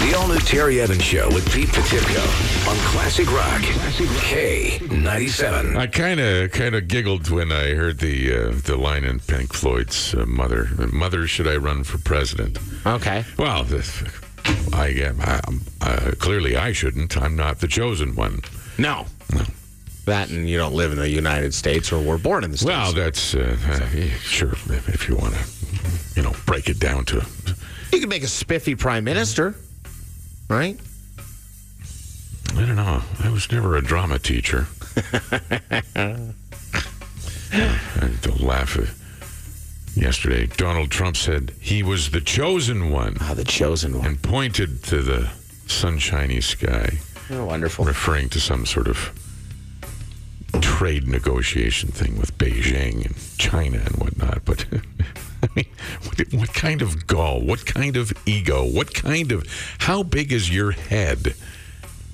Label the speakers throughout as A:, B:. A: The all new Terry Evans Show with Pete Petipko on Classic Rock K97.
B: I kind of kind of giggled when I heard the uh, the line in Pink Floyd's uh, "Mother." Mother, should I run for president?
C: Okay.
B: Well, this, I am. I, uh, clearly, I shouldn't. I'm not the chosen one.
C: No. That and you don't live in the United States or were born in the States.
B: Well, that's uh, uh, yeah, sure. If if you want to, you know, break it down to
C: you could make a spiffy prime minister, right?
B: I don't know. I was never a drama teacher. I don't laugh. uh, Yesterday, Donald Trump said he was the chosen one
C: Ah, the chosen one.
B: and pointed to the sunshiny sky,
C: You're Oh, wonderful.
B: referring to some sort of trade negotiation thing with Beijing and China and whatnot. But I mean, what, what kind of gall? What kind of ego? What kind of how big is your head?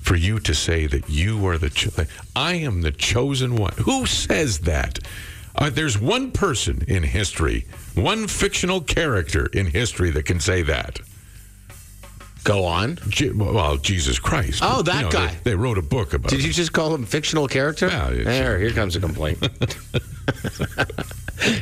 B: For you to say that you are the, cho- I am the chosen one. Who says that? Uh, there's one person in history, one fictional character in history that can say that.
C: Go on.
B: Je- well, Jesus Christ.
C: Oh, that
B: You know,
C: guy.
B: They, they wrote a book about.
C: Did
B: it.
C: you just call him fictional character?
B: Yeah, it's-
C: there, here comes a complaint.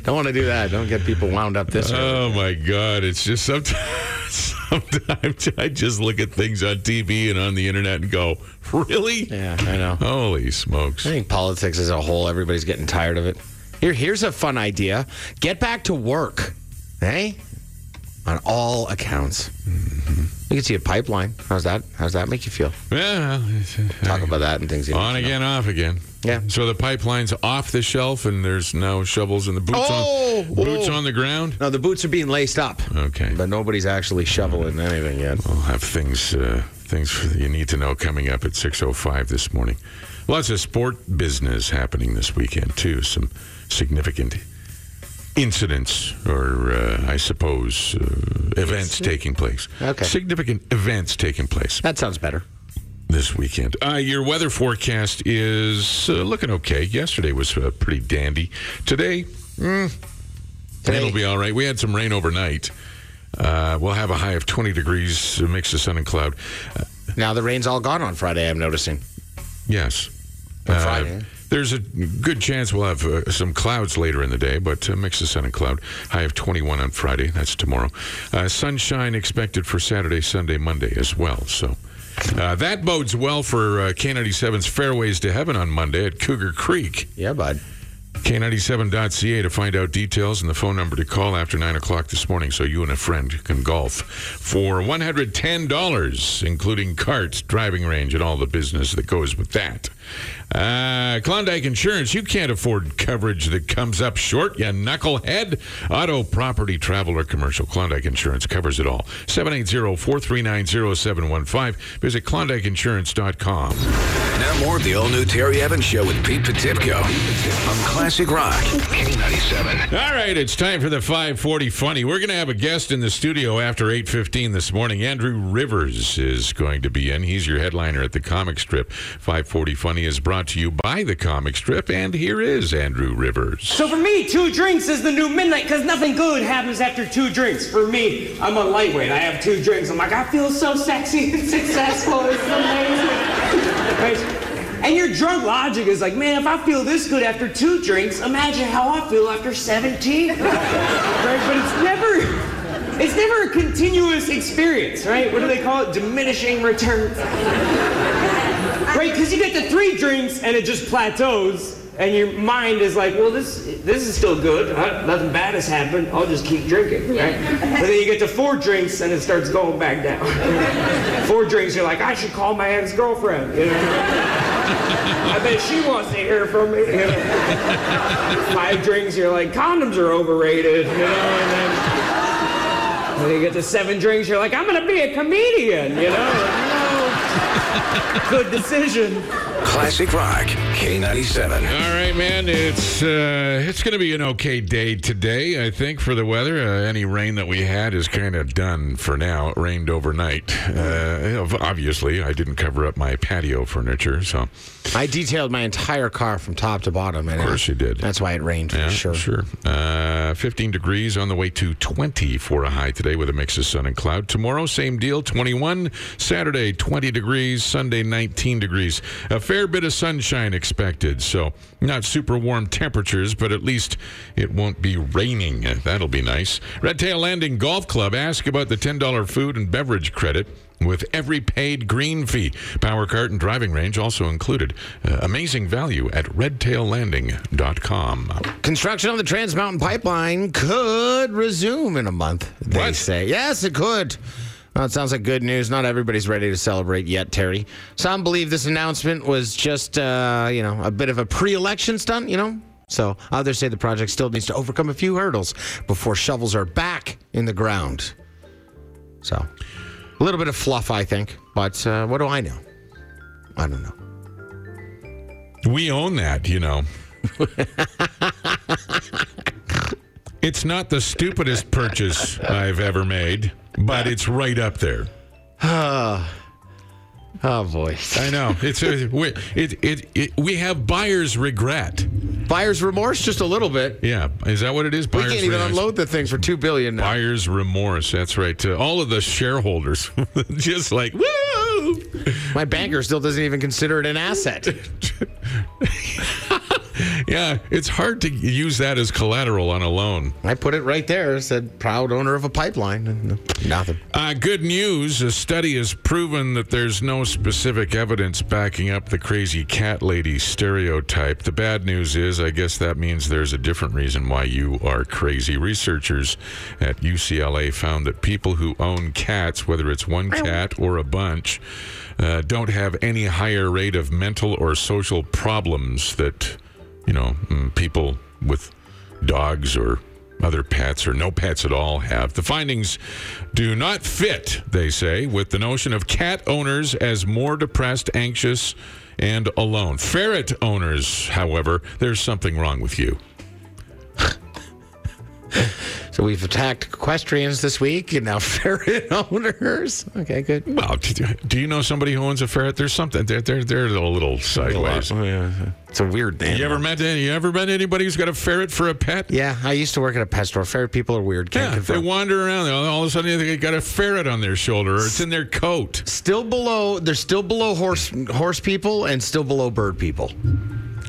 C: don't want to do that. Don't get people wound up this early.
B: Oh my God! It's just sometimes, sometimes I just look at things on TV and on the internet and go, "Really?
C: Yeah, I know.
B: Holy smokes!"
C: I think politics as a whole, everybody's getting tired of it. Here, here's a fun idea: get back to work, hey? On all accounts, we can see a pipeline. How's that? How's that make you feel?
B: Well, it's-
C: Talk about that and things. you
B: on
C: need to know.
B: again, off again.
C: Yeah.
B: So the pipeline's off the shelf, and there's now shovels in the boots
C: Oh!
B: on boots
C: Oh!
B: on the ground.
C: No, the boots are being laced up,
B: Okay.
C: but nobody's actually shoveling anything yet.
B: I'll have things uh, things you need to know coming up at 6:05 this morning. Lots of sport business happening this weekend too. Some significant incidents or uh, I suppose uh, events taking place.
C: Okay.
B: Significant events taking place
C: That sounds better.
B: this weekend. Uh, your weather forecast is uh, looking okay. Yesterday was uh, pretty dandy. Today,
C: Today,
B: It'll be all right. We had some rain overnight. Uh, we'll have a high of 20 degrees, a mix of sun and cloud. Uh,
C: now the rain's all gone on Friday. I'm noticing.
B: yes. Uh,
C: On Friday.
B: There's a good chance we'll have uh, some clouds later in the day, but a mix of sun and cloud. High of 21 on Friday. That's tomorrow. Uh, sunshine expected for Saturday, Sunday, Monday as well. So uh, that bodes well for uh, K97's Fairways to Heaven on Monday at Cougar Creek.
C: Yeah, bud.
B: K97.ca to find out details and the phone number to call after 9 o'clock this morning so you and a friend can golf for $110, including carts, driving range, and all the business that goes with that. Uh, Klondike Insurance, you can't afford coverage that comes up short, you knucklehead. Auto, property, travel, or commercial. Klondike Insurance covers it all. 780 439 0715. Visit klondikeinsurance.com.
A: Now more of the all new Terry Evans Show with Pete Petipko on Classic Rock K97.
B: All right, it's time for the 540 funny. We're going to have a guest in the studio after 8:15 this morning. Andrew Rivers is going to be in. He's your headliner at the comic strip. 540 funny is brought to you by the comic strip and here is Andrew Rivers.
D: So for me, two drinks is the new midnight because nothing good happens after two drinks. For me, I'm a lightweight. I have two drinks. I'm like, I feel so sexy and successful. It's amazing. Right? And your drunk logic is like, man, if I feel this good after two drinks, imagine how I feel after 17. right? But it's never. It's never a continuous experience, right? What do they call it? Diminishing returns. Right, because you get the three drinks and it just plateaus, and your mind is like, well, this this is still good. I, nothing bad has happened. I'll just keep drinking, right? And then you get to four drinks and it starts going back down. four drinks, you're like, I should call my ex girlfriend. You know? I bet she wants to hear from me. You know? Five drinks, you're like, condoms are overrated. You know, and then. When you get to seven drinks, you're like, I'm gonna be a comedian, you know? No. Good decision.
A: Classic Rock K97.
B: All right, man. It's uh, it's going to be an okay day today, I think, for the weather. Uh, any rain that we had is kind of done for now. It rained overnight. Uh, obviously, I didn't cover up my patio furniture, so of
C: I detailed my entire car from top to bottom, and of
B: course you did.
C: That's why it rained for
B: Yeah,
C: sure.
B: Sure. Uh, 15 degrees on the way to 20 for a high today with a mix of sun and cloud. Tomorrow, same deal, 21. Saturday, 20 degrees. Sunday, 19 degrees. A fair bit of sunshine expected. So, not super warm temperatures, but at least it won't be raining. That'll be nice. Red Tail Landing Golf Club, ask about the $10 food and beverage credit. With every paid green fee, power cart and driving range also included. Uh, amazing value at redtaillanding.com.
C: Construction on the Trans Mountain Pipeline could resume in a month, they
B: What?
C: say. Yes, it could. Well, it sounds like good news. Not everybody's ready to celebrate yet, Terry. Some believe this announcement was just, uh, you know, a bit of a pre-election stunt, you know? So others say the project still needs to overcome a few hurdles before shovels are back in the ground. So a little bit of fluff, I think. But uh, what do I know? I don't know.
B: We own that, you know. it's not the stupidest purchase I've ever made, but it's right up there.
C: Oh, boy.
B: I know. It's a, we, it, it, it, we have buyer's regret.
C: Buyer's remorse just a little bit.
B: Yeah, is that what it is?
C: We
B: Buyer's
C: can't even
B: remorse.
C: unload the things for two billion now.
B: Buyer's remorse. That's right. To all of the shareholders, just like woo.
C: My banker still doesn't even consider it an asset.
B: Yeah, it's hard to use that as collateral on a loan.
C: I put it right there. Said proud owner of a pipeline. And Nothing.
B: Uh, good news. A study has proven that there's no specific evidence backing up the crazy cat lady stereotype. The bad news is, I guess that means there's a different reason why you are crazy. Researchers at UCLA found that people who own cats, whether it's one cat or a bunch, uh, don't have any higher rate of mental or social problems that, you know, mm, people with dogs or other pets or no pets at all have. The findings do not fit, they say, with the notion of cat owners as more depressed, anxious, and alone. Ferret owners, however, there's something wrong with you.
C: So we've attacked equestrians this week, and now ferret owners. Okay, good.
B: Well, do do you know somebody who owns a ferret? There's something. They're they're, they're a little sideways.
C: It's a weird thing.
B: You ever met any, you ever met anybody who's got a ferret for a pet?
C: Yeah, I used to work at a pet store. Ferret people are weird. Can't
B: Yeah, they
C: confirm.
B: wander around. and All of a sudden, they got a ferret on their shoulder, or it's in their coat.
C: still below. They're still below horse horse people, and still below bird people.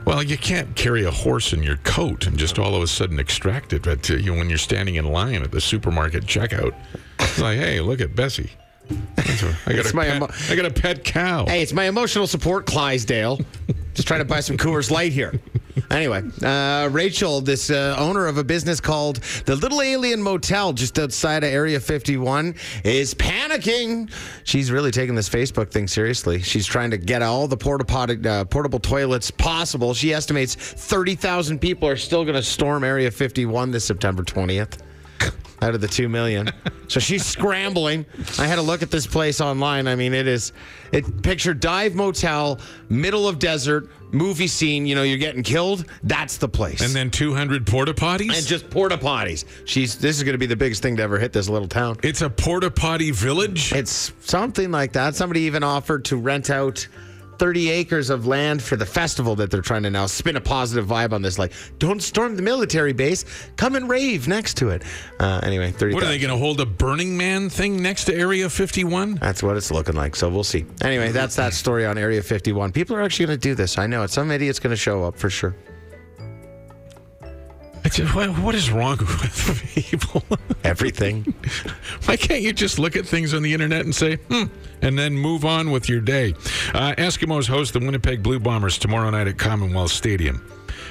B: Well, you can't carry a horse in your coat and just all of a sudden extract it. But uh, you know, when you're standing in line at the supermarket checkout, it's like, hey, look at Bessie. That's a- I got,
C: It's
B: a
C: my
B: pet,
C: emo-
B: I got a pet cow.
C: Hey, it's my emotional support, Clydesdale. Just trying to buy some Coors Light here. Anyway, uh, Rachel, this uh, owner of a business called the Little Alien Motel just outside of Area 51, is panicking. She's really taking this Facebook thing seriously. She's trying to get all the porta potty, uh, portable toilets possible. She estimates 30,000 people are still going to storm Area 51 this September 20th out of the two million. so she's scrambling. I had a look at this place online. I mean, it is it picture dive motel, middle of desert, movie scene. You know, you're getting killed. That's the place.
B: And then 200 porta potties.
C: and just porta potties. She's this is going to be the biggest thing to ever hit this little town.
B: it's a porta potty village.
C: It's something like that. Somebody even offered to rent out 30 acres of land for the festival that they're trying to now spin a positive vibe on this. Like, don't storm the military base. Come and rave next to it. Uh, anyway, 30.
B: what are they going to hold a Burning Man thing next to Area 51?
C: That's what it's looking like. So we'll see. Anyway, that's that story on Area 51. People are actually going to do this. I know it. Some idiot's going to show up for sure.
B: I just- what- what is wrong with people?
C: Everything.
B: Why can't you just look at things on the internet and say, hmm, and then move on with your day? Uh, Eskimos host the Winnipeg Blue Bombers tomorrow night at Commonwealth Stadium.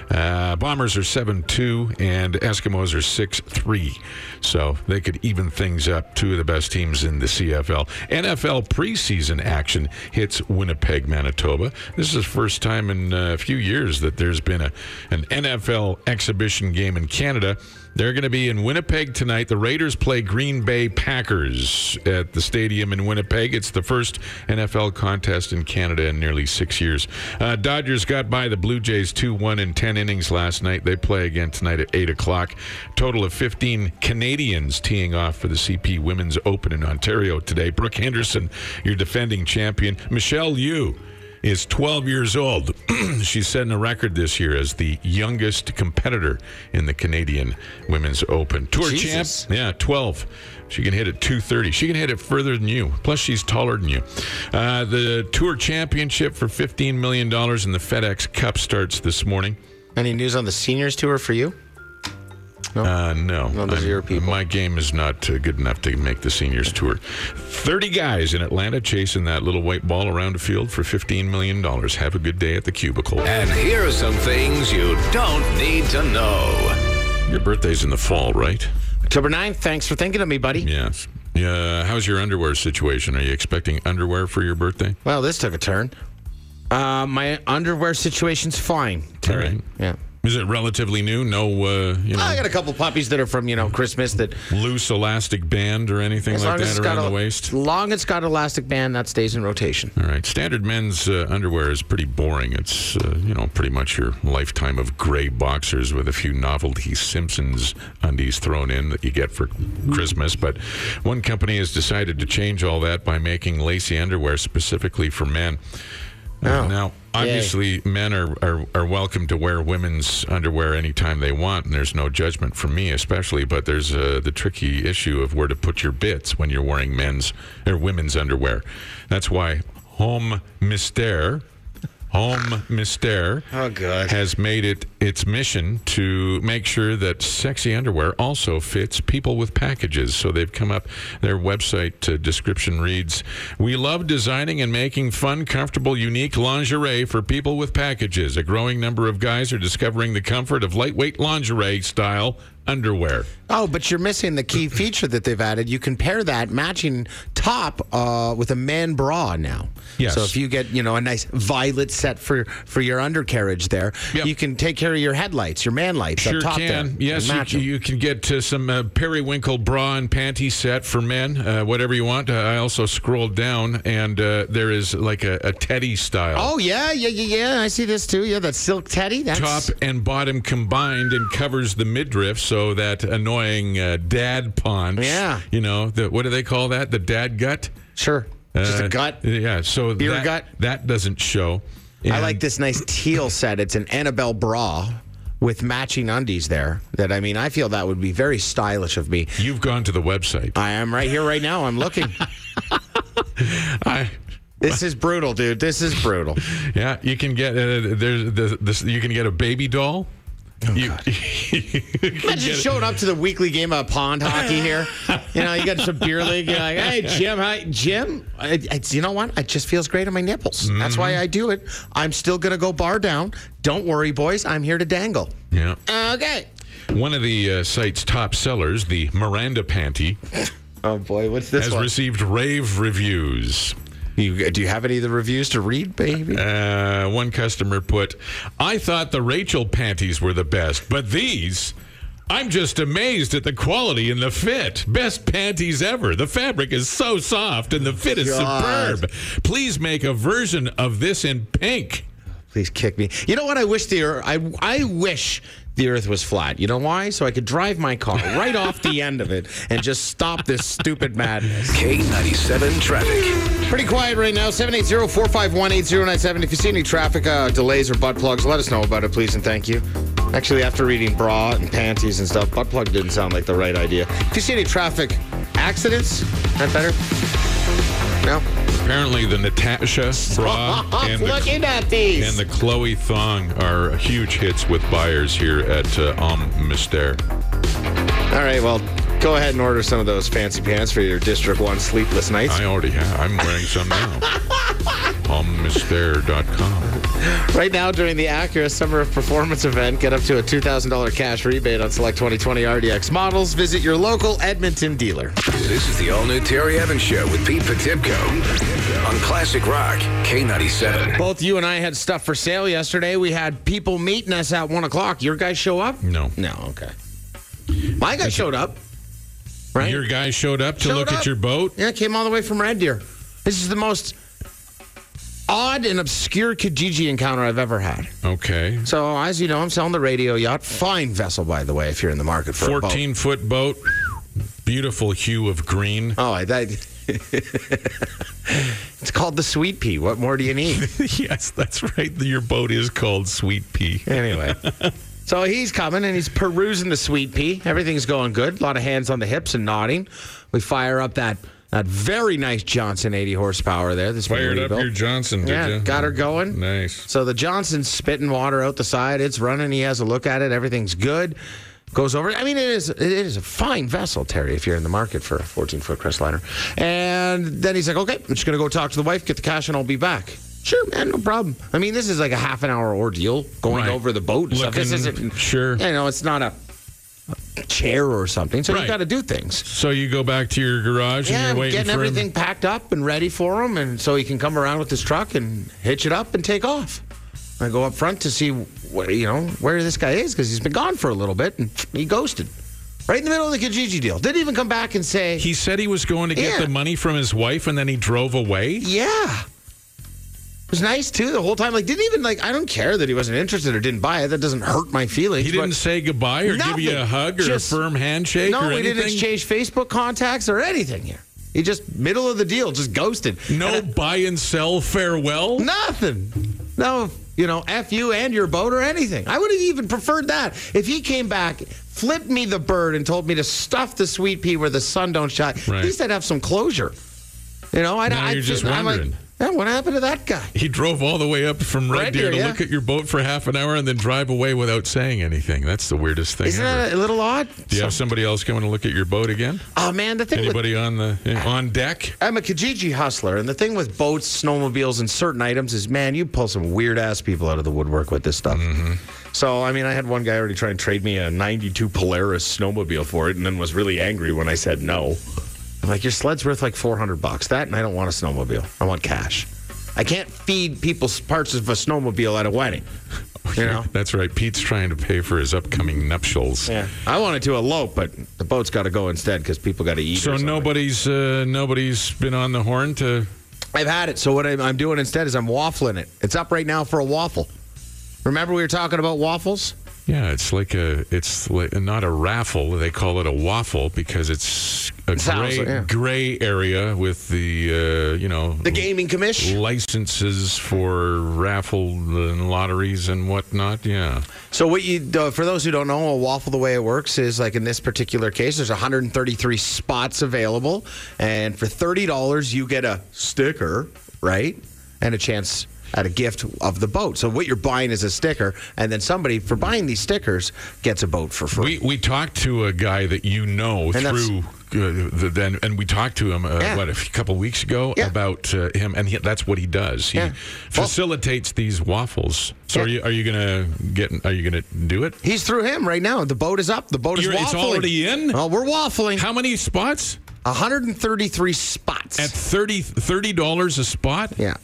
B: Uh, Bombers are 7 2, and Eskimos are 6 3. So they could even things up. Two of the best teams in the CFL. NFL preseason action hits Winnipeg, Manitoba. This is the first time in uh, a few years that there's been a, an NFL exhibition game in Canada. They're going to be in Winnipeg tonight. The Raiders play Green Bay Packers at the stadium in Winnipeg. It's the first NFL contest in Canada in nearly six years. Uh, Dodgers got by the Blue Jays 2 1 in 10 innings last night. They play again tonight at 8 o'clock. Total of 15 Canadians teeing off for the CP Women's Open in Ontario today. Brooke Henderson, your defending champion. Michelle Yu is 12 years old. She's setting a record this year as the youngest competitor in the Canadian Women's Open. Tour
C: Jesus.
B: champ? Yeah, 12. She can hit it 230. She can hit it further than you. Plus, she's taller than you. Uh, the Tour Championship for $15 million and the FedEx Cup starts this morning.
C: Any news on the seniors tour for you?
B: Uh, no.
C: No, those
B: I'm-
C: are your people.
B: My game is not uh, good enough to make the seniors tour. 30 guys in Atlanta chasing that little white ball around a field for $15 million. Have a good day at the cubicle.
A: And here are some things you don't need to know.
B: Your birthday's in the fall, right?
C: October 9th. Thanks for thinking of me, buddy.
B: Yes. Yeah. How's your underwear situation? Are you expecting underwear for your birthday?
C: Well, this took a turn. Uh, my underwear situation's fine.
B: All right.
C: Yeah.
B: Is it relatively new? No, uh, you know,
C: I got a couple puppies that are from, you know, Christmas that
B: loose elastic band or anything like that around the
C: a-
B: waist?
C: as long as it's got elastic band, that stays in rotation.
B: All right. Standard men's uh, underwear is pretty boring. It's, uh, you know, pretty much your lifetime of gray boxers with a few novelty Simpsons undies thrown in that you get for Christmas. But one company has decided to change all that by making lacy underwear specifically for men. Uh,
C: Oh.
B: now, obviously, men are, are, are welcome to wear women's underwear anytime they want, and there's no judgment from me, especially. But there's uh, the tricky issue of where to put your bits when you're wearing men's or women's underwear. That's why Home Mister, Home Mister,
C: Oh, God.
B: has made it its mission to make sure that sexy underwear also fits people with packages. So they've come up, their website uh, description reads We love designing and making fun, comfortable, unique lingerie for people with packages. A growing number of guys are discovering the comfort of lightweight lingerie style underwear.
C: Oh, but you're missing the key feature that they've added. You can pair that matching top uh, with a man bra now.
B: Yes.
C: So if you get you know a nice violet set for for your undercarriage there,
B: Yep.
C: you can take care of your headlights, your man lights
B: Sure
C: up top there.
B: can.
C: and
B: Yes,
C: match
B: you,
C: 'em.
B: you can get uh, some uh, periwinkle bra and panty set for men, uh, whatever you want. Uh, I also scrolled down, and uh, there is like a, a teddy style.
C: Oh yeah, yeah, yeah, yeah. I see this too. Yeah, that silk teddy. That's
B: top and bottom combined and covers the midriff so that annoying uh, dad paunch
C: Yeah.
B: you know the, what do they call that the dad gut
C: sure. Just
B: Uh,
C: a gut.
B: yeah so
C: Beer
B: that,
C: gut?
B: that doesn't show
C: I
B: And-
C: like this nice teal set. It's an Annabelle bra with matching undies there. That I mean, I feel that would be very stylish of me.
B: you've gone to the website
C: I am right here, right now. I'm looking.
B: I,
C: This is brutal, dude. This is brutal.
B: yeah you can get uh, there's the, this you can get a baby doll
C: Oh,
B: you,
C: Imagine showing up to the weekly game of pond hockey here. You know, you got some beer league. You're like, hey, Jim, hi, Jim. I, I- you know what? It just feels great on my nipples. That's why I do it. I'm still gonna go bar down. Don't worry, boys. I'm here to dangle.
B: yeah
C: Okay.
B: one of the uh, site's top sellers the miranda panty
C: Oh boy, what's this
B: has received rave reviews
C: you, do you have any of the reviews to read, baby?
B: Uh, one customer put, I thought the Rachel panties were the best, but these, I'm just amazed at the quality and the fit. Best panties ever. The fabric is so soft and the fit is
C: God.
B: superb. Please make a version of this in pink.
C: Please kick me. You know what? I wish the earth, I I wish the earth was flat. You know why? So I could drive my car right off the end of it and just stop this stupid madness.
A: K97 traffic.
C: Pretty quiet right now. 780-451-8097. If you see any traffic uh, delays or butt plugs, let us know about it, please, and thank you. Actually, after reading bra and panties and stuff, butt plug didn't sound like the right idea. If you see any traffic accidents, that better? No?
B: Apparently, the Natasha bra and the,
C: looking at these.
B: and the Chloe thong are huge hits with buyers here at uh, Om Mister.
C: All right, well, go ahead and order some of those fancy pants for your District 1 sleepless nights.
B: I already have. I'm wearing some now. Um OmMister.com.
C: Right now, during the Acura Summer of Performance event, get up to a $2,000 cash rebate on select 2020 RDX models. Visit your local Edmonton dealer.
A: This is the all new Terry Evans Show with Pete Petipko on Classic Rock K97.
C: Both you and I had stuff for sale yesterday. We had people meeting us at one o'clock. Your guys show up?
B: No.
C: No. Okay. My guy showed up. Right?
B: Your guy showed up to
C: Showed
B: look
C: up.
B: at your boat.
C: Yeah, came all the way from Red Deer. This is the most odd and obscure Kijiji encounter I've ever had.
B: Okay.
C: So, as you know, I'm selling the radio yacht. Fine vessel, by the way, if you're in the market for a boat.
B: 14 foot boat. Beautiful hue of green.
C: Oh, I- that. it's called the sweet pea. What more do you need?
B: yes, that's right. Your boat is called Sweet Pea.
C: Anyway. So he's coming and he's perusing the sweet pea. Everything's going good. A lot of hands on the hips and nodding. We fire up that that very nice Johnson 80 horsepower there. That's been
B: Fired up
C: rebuilt.
B: your Johnson, did
C: Yeah,
B: you?
C: got her going.
B: Nice.
C: So the Johnson's spitting water out the side. It's running. He has a look at it. Everything's good. Goes over. I mean, it is it is a fine vessel, Terry. If you're in the market for a 14 foot Crestliner, and then he's like, "Okay, I'm just gonna go talk to the wife, get the cash, and I'll be back." Sure, man, no problem. I mean, this is like a half an hour ordeal going
B: Right.
C: over the boat. And stuff. This
B: Looking-
C: isn't
B: sure.
C: You know, it's not a chair or something. So
B: Right.
C: you got to do things.
B: So you go back to your garage
C: Yeah,
B: and
C: I'm
B: you're waiting
C: getting
B: for
C: everything
B: him.
C: packed up and ready for him, and so he can come around with his truck and hitch it up and take off. I go up front to see what you know where this guy is because he's been gone for a little bit, and he ghosted right in the middle of the Kijiji deal. Didn't even come back and say,
B: He said he was going to get
C: Yeah.
B: the money from his wife and then he drove away.
C: "Yeah." It was nice too the whole time. Like, didn't even like. I don't care that he wasn't interested or didn't buy it. That doesn't hurt my feelings.
B: He didn't
C: but-
B: say goodbye or give you a
C: Nothing.
B: hug or
C: Just-
B: a firm handshake
C: No,
B: or
C: we
B: anything.
C: didn't exchange Facebook contacts or anything here. He just middle of the deal, just ghosted.
B: no buy and sell farewell.
C: Nothing. No, you know, F you and your boat or anything. I would have even preferred that. If he came back, flipped me the bird, and told me to stuff the sweet pea where the sun don't shine,
B: Right.
C: at least I'd have some closure. You know, I'd,
B: Now
C: I'd
B: you're just
C: I'm
B: wondering.
C: like, yeah, what happened to that guy?
B: He drove all the way up from Red,
C: Red
B: Deer
C: Deer,
B: to
C: yeah.
B: look at your boat for half an hour and then drive away without saying anything. That's the weirdest thing
C: Isn't
B: ever.
C: that a little odd?
B: Do you have somebody else coming to look at your boat again?
C: Oh man, the thing with
B: Anybody on the eh, on deck?
C: I'm a Kijiji hustler, and the thing with boats, snowmobiles, and certain items is, man, you pull some weird ass people out of the woodwork with this stuff. So, I mean, I had one guy already try and trade me a '92 Polaris snowmobile for it, and then was really angry when I said no. I'm like, your sled's worth like 400 bucks. That, and I don't want a snowmobile. I want cash. I can't feed people parts of a snowmobile at a wedding. You know.
B: That's right. Pete's trying to pay for his upcoming nuptials.
C: Yeah. I wanted to elope, but the boat's got to go instead because people got to eat. or
B: So
C: something.
B: nobody's uh, nobody's been on the horn to
C: I've had it. So what I'm I'm doing instead is I'm waffling it. It's up right now for a waffle. Remember we were talking about waffles?
B: Yeah, it's like a it's like, not a raffle. They call it a waffle because it's a
C: sounds
B: gray
C: like- yeah.
B: gray area with the uh, you know
C: The gaming commission.
B: licenses for raffle and lotteries and whatnot. Yeah,
C: So what you uh, for those who don't know, a waffle the way it works is like in this particular case, there's 133 spots available, and for thirty dollars you get a sticker, right, and a chance at a gift of the boat. So what you're buying is a sticker, and then somebody for buying these stickers gets a boat for free.
B: we we talked to a guy that you know
C: And that's-
B: through. Uh, the, then and we talked to him uh,
C: Yeah.
B: what a f- couple weeks ago
C: Yeah.
B: about uh, him and he, that's what he does he
C: Yeah. Well-
B: facilitates these waffles so
C: Yeah.
B: are you are you gonna get are you gonna do it
C: He's through him right now. The boat is up. The boat is
B: You're-
C: waffling.
B: it's already in?
C: Well, we're waffling.
B: how many spots
C: 133 spots.
B: at 30 dollars a spot.
C: yeah.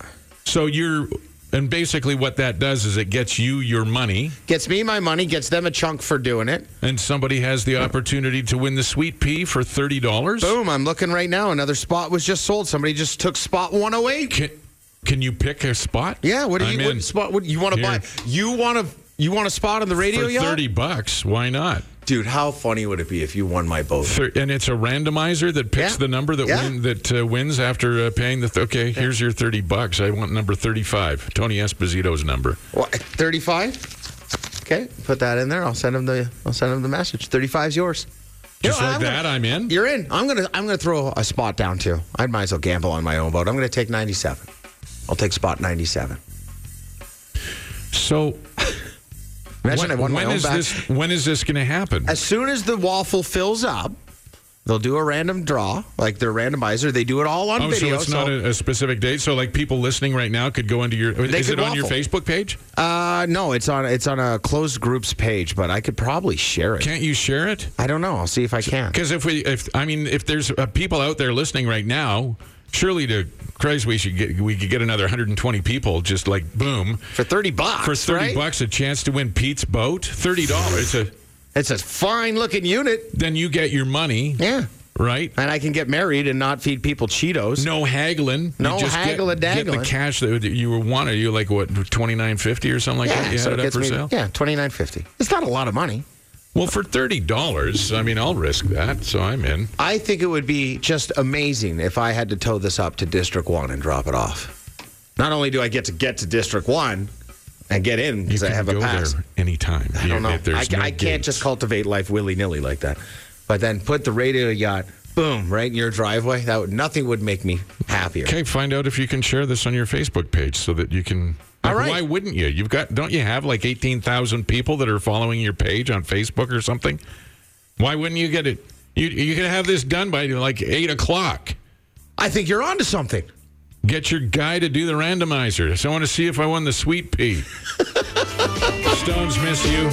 B: So you're and basically what that does is it gets you your money,
C: Gets me my money, gets them a chunk for doing it.
B: and somebody has the opportunity to win the sweet pea for thirty dollars.
C: Boom, I'm looking right now. Another spot was just sold. Somebody just took spot 108.
B: Can, can you pick a spot?
C: Yeah, what do
B: I'm
C: you
B: in.
C: what spot what you want to
B: Here.
C: buy? You want to you want a spot on the radio
B: for
C: yacht?
B: thirty bucks? Why not?
C: Dude, how funny would it be if you won my boat?
B: Thir- and it's a randomizer that picks
C: Yeah.
B: the number that
C: Yeah.
B: win, that uh, wins after uh, paying the. Th- okay, here's your thirty bucks. I want number thirty-five, Tony Esposito's number.
C: What, 35? Okay, put that in there. I'll send him the I'll send him the message. 35's yours.
B: Just
C: know,
B: like
C: I'm gonna-
B: that, I'm in.
C: You're in. I'm gonna I'm gonna throw a spot down too. I might as well gamble on my own boat. I'm gonna take 97. I'll take spot 97.
B: So
C: Imagine I
B: when-
C: won my
B: when
C: own
B: is
C: back.
B: this? When is this going to happen?
C: As soon as the waffle fills up, they'll do a random draw, like their randomizer. They do it all on
B: Oh, so
C: video.
B: it's not a, a specific date. So, like people listening right now could go into your. is it
C: could
B: on your
C: waffle.
B: Facebook page?
C: uh, no, it's on it's on a closed groups page, but I could probably share it.
B: Can't you share it?
C: I don't know. I'll see if I can.
B: Because if we, if I mean, if there's uh, people out there listening right now, surely to Christ, we should get we could get another 120 people just like boom
C: For thirty bucks,
B: for 30
C: right?
B: bucks a chance to win Pete's boat, thirty dollars. uh,
C: It's a fine looking unit.
B: Then you get your money,
C: Yeah.
B: right?
C: And I can get married and not feed people Cheetos.
B: No haggling.
C: No
B: you just get-
C: haggle a
B: Get the
C: daggle.
B: cash that you were wanted. You like what twenty nine fifty or something like
C: Yeah,
B: that. You
C: so
B: had it up
C: it gets
B: for
C: me-
B: sale.
C: Yeah, twenty nine fifty. It's not a lot of money.
B: Well, for thirty dollars, I mean, I'll risk that. So I'm in.
C: I think it would be just amazing if I had to tow this up to District One and drop it off. Not only do I get to get to District One and get in
B: You
C: because I
B: can
C: have a
B: go
C: pass.
B: there anytime.
C: I don't know. I, I can't just cultivate life willy nilly like that. But then put the radio yacht, boom, right in your driveway. That would, nothing would make me happier.
B: Okay, find out if you can share this on your Facebook page so that you can.
C: All
B: like,
C: right.
B: Why wouldn't you? You've got don't you have like eighteen thousand people that are following your page on Facebook or something? Why wouldn't you get it? You you can have this done by like eight o'clock.
C: I think you're onto something.
B: Get your guy to do the randomizer. So I want to see if I won the sweet pea. Stones miss you.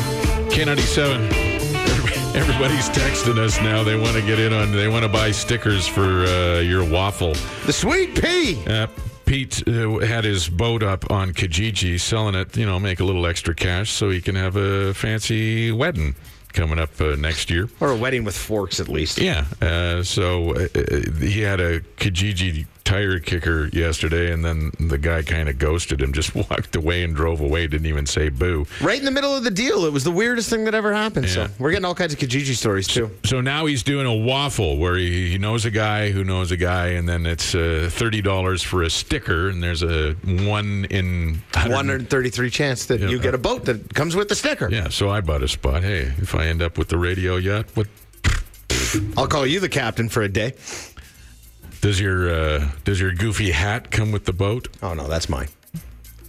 B: K97. Everybody- Everybody's texting us now. They want to get in on, they want to buy stickers for uh, your waffle.
C: The sweet pea.
B: Uh, Pete uh, had his boat up on Kijiji, selling it, you know, make a little extra cash so he can have a fancy wedding coming up uh, next year.
C: Or a wedding with forks, at least.
B: Yeah. Uh, so uh, uh, he had a Kijiji tire kicker yesterday, and then the guy kind of ghosted him, just walked away and drove away, didn't even say boo.
C: Right in the middle of the deal. It was the weirdest thing that ever happened.
B: Yeah.
C: So we're getting all kinds of Kijiji stories, too.
B: So now he's doing a waffle where he, he knows a guy who knows a guy, and then it's uh, $30 for a sticker, and there's a one in 100
C: 133 chance that you get a boat that comes with the sticker.
B: Yeah, so I bought a spot. Hey, if I end up with the radio yacht, what
C: I'll call you the captain for a day.
B: does your uh, does your goofy hat come with the boat?
C: Oh, no, that's mine.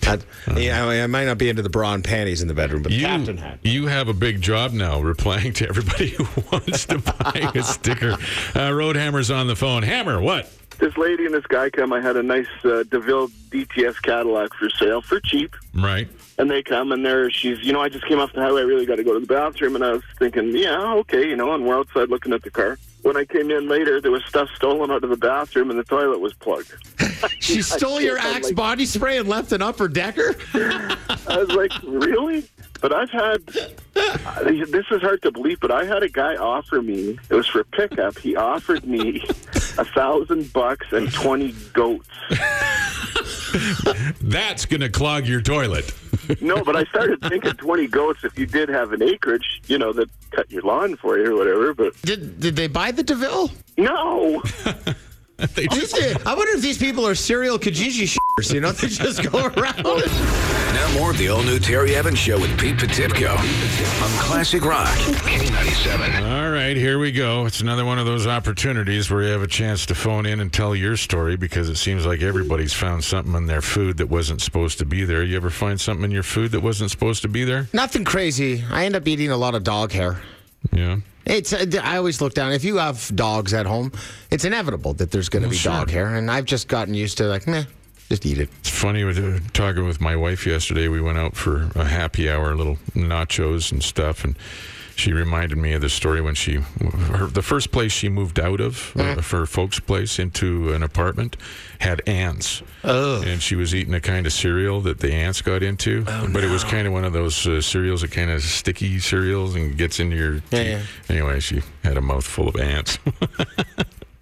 C: I, yeah, I, mean, I might not be into the bra and panties in the bedroom, but the
B: You,
C: captain hat.
B: you have a big job now, replying to everybody who wants to buy a sticker. Uh, Road Hammer's on the phone. Hammer, what?
E: this lady and this guy come. I had a nice uh, DeVille DTS Cadillac for sale for cheap,
B: Right.
E: and they come and they're she's you know I just came off the highway. I really got to go to the bathroom, and I was thinking, yeah, okay, you know. And we're outside looking at the car. When I came in later, there was stuff stolen out of the bathroom, and the toilet was plugged.
C: She stole your Axe body spray and left an upper decker?
E: I was like, really? But I've had this is hard to believe, but I had a guy offer me. It was for pickup. He offered me a thousand bucks and twenty goats.
B: That's going to clog your toilet.
E: No, but I started thinking 20 goats if you did have an acreage, you know, that cut your lawn for you or whatever, but
C: Did, did they buy the DeVille?
E: no.
B: They just-
C: I wonder if these people are serial Kijiji shers, you know? They just go around.
A: Now more of the all-new Terry Evans Show with Pete Petipko on Classic Rock, K97.
B: All right, here we go. It's another one of those opportunities where you have a chance to phone in and tell your story because it seems like everybody's found something in their food that wasn't supposed to be there. You ever find something in your food that wasn't supposed to be there?
C: Nothing crazy. I end up eating a lot of dog hair.
B: Yeah.
C: It's. uh, I always look down. If you have dogs at home, it's inevitable that there's going to be
B: Oh, sure.
C: dog hair, and I've just gotten used to like, meh, just eat it.
B: It's funny with uh, talking with my wife yesterday. We went out for a happy hour, little nachos and stuff, and she reminded me of the story when she, her, the first place she moved out of,
C: Mm.
B: uh, her folks' place into an apartment, had ants, oh. and she was eating a kind of cereal that the ants got into,
C: Oh,
B: but it was kind of one of those uh, cereals that kind of sticky cereals and gets into your.
C: Yeah,
B: teeth.
C: yeah.
B: Anyway, she had a mouthful of ants.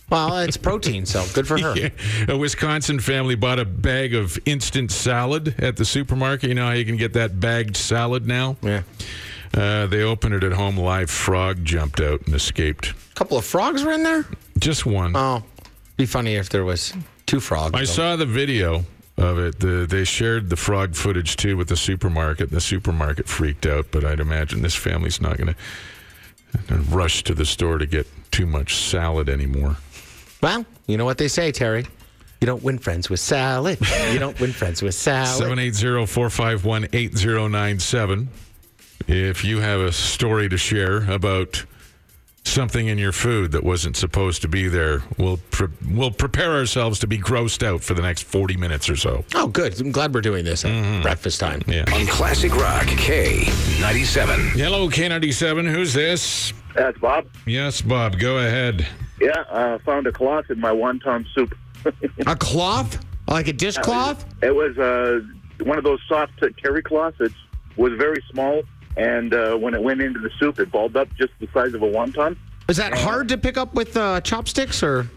C: Well, it's protein, so good for her.
B: Yeah. A Wisconsin family bought a bag of instant salad at the supermarket. You know how you can get that bagged salad now?
C: Yeah.
B: Uh, they opened it at home. Live frog jumped out and escaped.
C: A couple of frogs were in there.
B: Just one.
C: Oh, be funny if there was two frogs.
B: I
C: though.
B: saw the video of it. The, they shared the frog footage too with the supermarket. The supermarket freaked out, but I'd imagine this family's not going to rush to the store to get too much salad anymore.
C: Well, you know what they say, Terry. You don't win friends with salad. You don't win friends with salad.
B: 780-451-8097. If you have a story to share about something in your food that wasn't supposed to be there, we'll pre- we'll prepare ourselves to be grossed out for the next 40 minutes or so.
C: Oh, good. I'm glad we're doing this at breakfast time.
B: Mm-hmm. Yeah.
A: On Classic Rock, K97.
B: Hello K97, who's this?
E: That's Bob.
B: Yes, Bob, go ahead.
E: Yeah, I found a cloth in my wonton soup.
C: A cloth, like a dishcloth.
E: It was uh, one of those soft terry cloths. It was very small, and uh, when it went into the soup, it balled up just the size of a wonton.
C: Is that hard to pick up with uh, chopsticks or?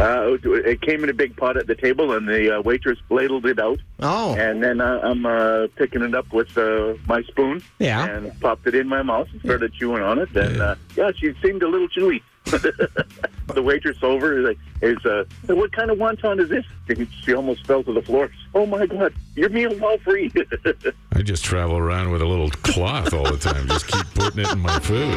E: Uh, it came in a big pot at the table, and the uh, waitress ladled it out.
C: Oh.
E: And then uh, I'm uh, picking it up with uh, my spoon.
C: Yeah.
E: And popped it in my mouth and started chewing on it. And uh, yeah, she seemed a little chewy. the waitress over is like, is, uh, "Hey, what kind of wonton is this? And she almost fell to the floor. Oh my God, your meal's all free.
B: I just travel around with a little cloth all the time. Just keep putting it in my food.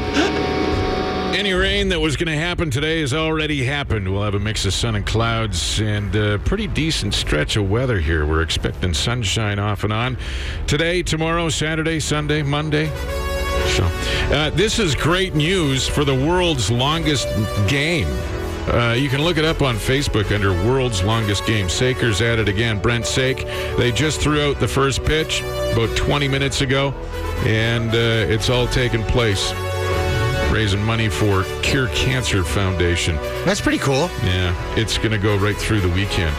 B: Any rain that was going to happen today has already happened. We'll have a mix of sun and clouds and a pretty decent stretch of weather here. We're expecting sunshine off and on today, tomorrow, Saturday, Sunday, Monday. So, uh, this is great news for the world's longest game. Uh, you can look it up on Facebook under World's Longest Game. Saker's at it again. Brent Sake. They just threw out the first pitch about 20 minutes ago, and uh, it's all taken place. Raising money for Cure Cancer Foundation.
C: That's pretty cool.
B: Yeah, it's going to go right through the weekend.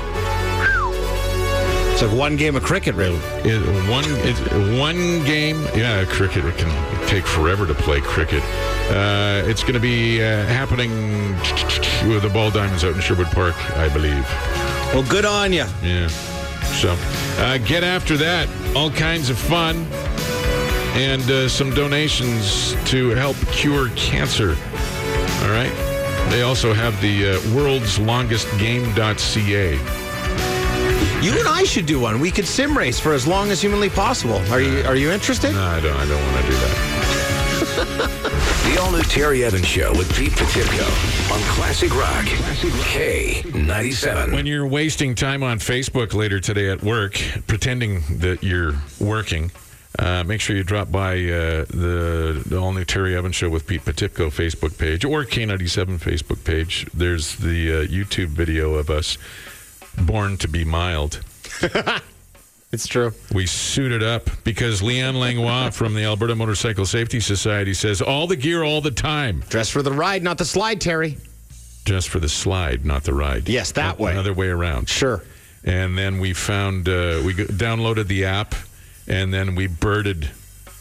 C: It's like one game of cricket, really.
B: It, one it's one game. Yeah, cricket it can take forever to play cricket. Uh, it's going to be uh, happening with the Ball Diamonds out in Sherwood Park, I believe.
C: Well, good on you.
B: Yeah. So uh, get after that. All kinds of fun and uh, some donations to help cure cancer. All right. They also have the uh, world's longest game.ca.
C: You and I should do one. We could sim race for as long as humanly possible. Are you Are you interested?
B: No, I don't, I don't want to do that.
A: The all new Terry Evans Show with Pete Petipko on Classic Rock K97.
B: When you're wasting time on Facebook later today at work, pretending that you're working, uh, make sure you drop by uh, the, the all new Terry Evans Show with Pete Patipko Facebook page or K97 Facebook page. There's the uh, YouTube video of us born to be mild.
C: It's true.
B: We suited up because Leanne Langlois from the Alberta Motorcycle Safety Society says all the gear all the time,
C: Dress for the ride, not the slide, Terry.
B: just for the slide, not the ride.
C: Yes, that way.
B: Another way around.
C: Sure.
B: and then we found uh, we go- downloaded the app, and then we birded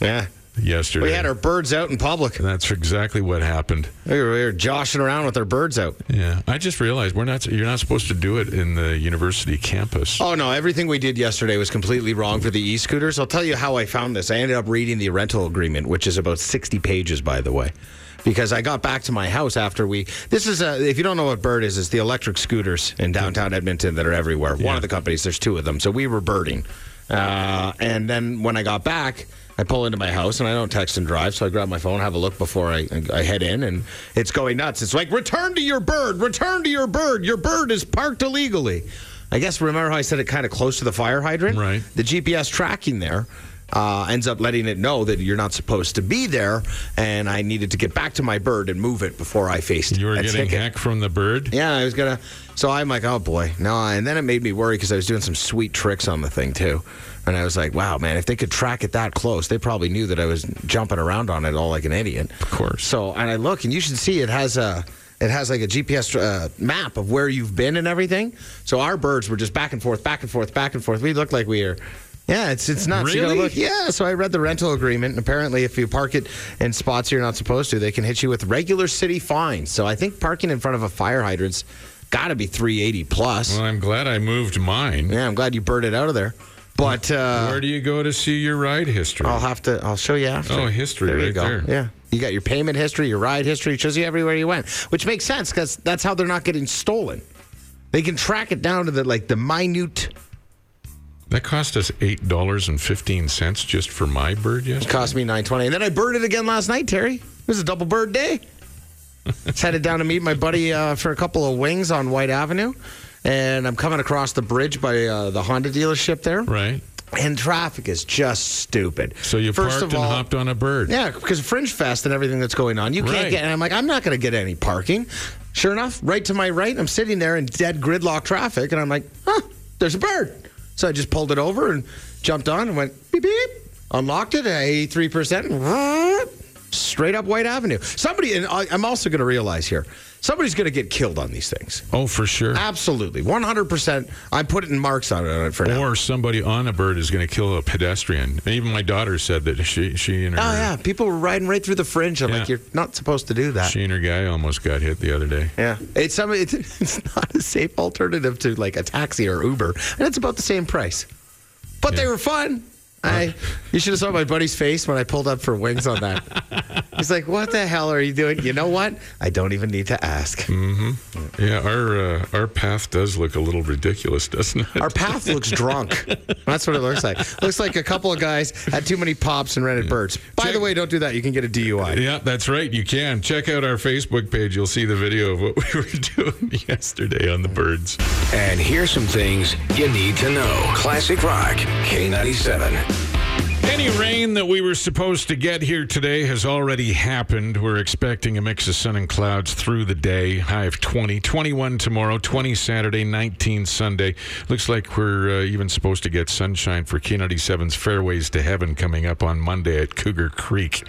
C: Yeah.
B: yesterday.
C: We had our birds out in public.
B: And that's exactly what happened.
C: We were, we were joshing around with our birds out.
B: Yeah, I just realized we're not. You're not supposed to do it in the university campus.
C: Oh no! Everything we did yesterday was completely wrong for the e-scooters. I'll tell you how I found this. I ended up reading the rental agreement, which is about sixty pages, by the way, because I got back to my house after we. This is a. If you don't know what Bird is, it's the electric scooters in downtown Edmonton that are everywhere. One of the companies. There's two of them. So we were birding, uh, and then when I got back. I pull into my house and I don't text and drive, so I grab my phone, have a look before I, I head in, and it's going nuts. It's like, return to your bird, return to your bird. Your bird is parked illegally. I guess remember how I said it kind of close to the fire hydrant?
B: Right.
C: The GPS tracking there. Uh, ends up letting it know that you're not supposed to be there, and I needed to get back to my bird and move it before I faced
B: You were
C: a
B: getting
C: ticket.
B: heck from the bird.
C: Yeah, I was gonna. So I'm like, oh boy, no. And then it made me worry because I was doing some sweet tricks on the thing too, and I was like, wow, man, if they could track it that close, they probably knew that I was jumping around on it all like an idiot. Of
B: course.
C: So and I look, and you should see it has a. It has like a GPS uh, map of where you've been and everything. So our birds were just back and forth, back and forth, back and forth. We looked like we were. Yeah, it's it's nuts. You gotta
B: Really?
C: look. Yeah, so I read the rental agreement, and apparently, if you park it in spots you're not supposed to, they can hit you with regular city fines. So I think parking in front of a fire hydrant's got to be 380 plus.
B: Well, I'm glad I moved mine.
C: Yeah, I'm glad you burned it out of there. But uh,
B: Where do you go to see your ride history?
C: I'll have to. I'll show you after.
B: Oh, history
C: There you
B: right
C: go.
B: there.
C: Yeah, you got your payment history, your ride history. It shows you everywhere you went, which makes sense because that's how they're not getting stolen. They can track it down to the like the minute.
B: That cost us eight dollars and fifteen cents just for my bird
C: It
B: yesterday.
C: cost me nine twenty, and then I burned it again last night, Terry. It was a double bird day. Just headed down to meet my buddy uh, for a couple of wings on White Avenue, and I'm coming across the bridge by uh, the Honda dealership there,
B: Right.
C: and traffic is just stupid.
B: So you
C: First
B: parked
C: of
B: and
C: all-
B: hopped on a bird.
C: Yeah, because Fringe Fest and everything that's going on, you can't
B: Right.
C: get. And I'm like, I'm not going to get any parking. Sure enough, right to my right, I'm sitting there in dead gridlock traffic, and I'm like, huh, there's a bird. So I just pulled it over and jumped on and went beep beep, unlocked it at 83 percent, straight up White Avenue. Somebody, and I, I'm also going to realize here, somebody's going to get killed on these things.
B: Oh, for sure.
C: Absolutely, 100%. I'm putting marks on it for now.
B: Or somebody on a bird is going to kill a pedestrian. And even my daughter said that she she and her
C: Oh yeah, people were riding right through the fringe. I'm like,
B: Yeah.
C: you're not supposed to do that.
B: she and her guy almost got hit the other day.
C: yeah, it's some. It's, it's not a safe alternative to like a taxi or Uber, and it's about the same price. But they
B: Yeah.
C: were fun. I, you should have saw my buddy's face when I pulled up for wings on that. He's like, "What the hell are you doing?" You know what? I don't even need to ask.
B: Yeah, our uh, our path does look a little ridiculous, doesn't it?
C: Our path looks drunk. That's what it looks like. Looks like a couple of guys had too many pops and rented birds. By the way, don't do that. You can get a DUI.
B: Yeah, that's right. You can check out our Facebook page. You'll see the video of what we were doing yesterday on the birds.
A: And here's some things you need to know. Classic Rock K97.
B: Any rain that we were supposed to get here today has already happened. We're expecting a mix of sun and clouds through the day. High of 20, 21 tomorrow, 20 Saturday, 19 Sunday. Looks like we're uh, even supposed to get sunshine for K97's Fairways to Heaven coming up on Monday at Cougar Creek.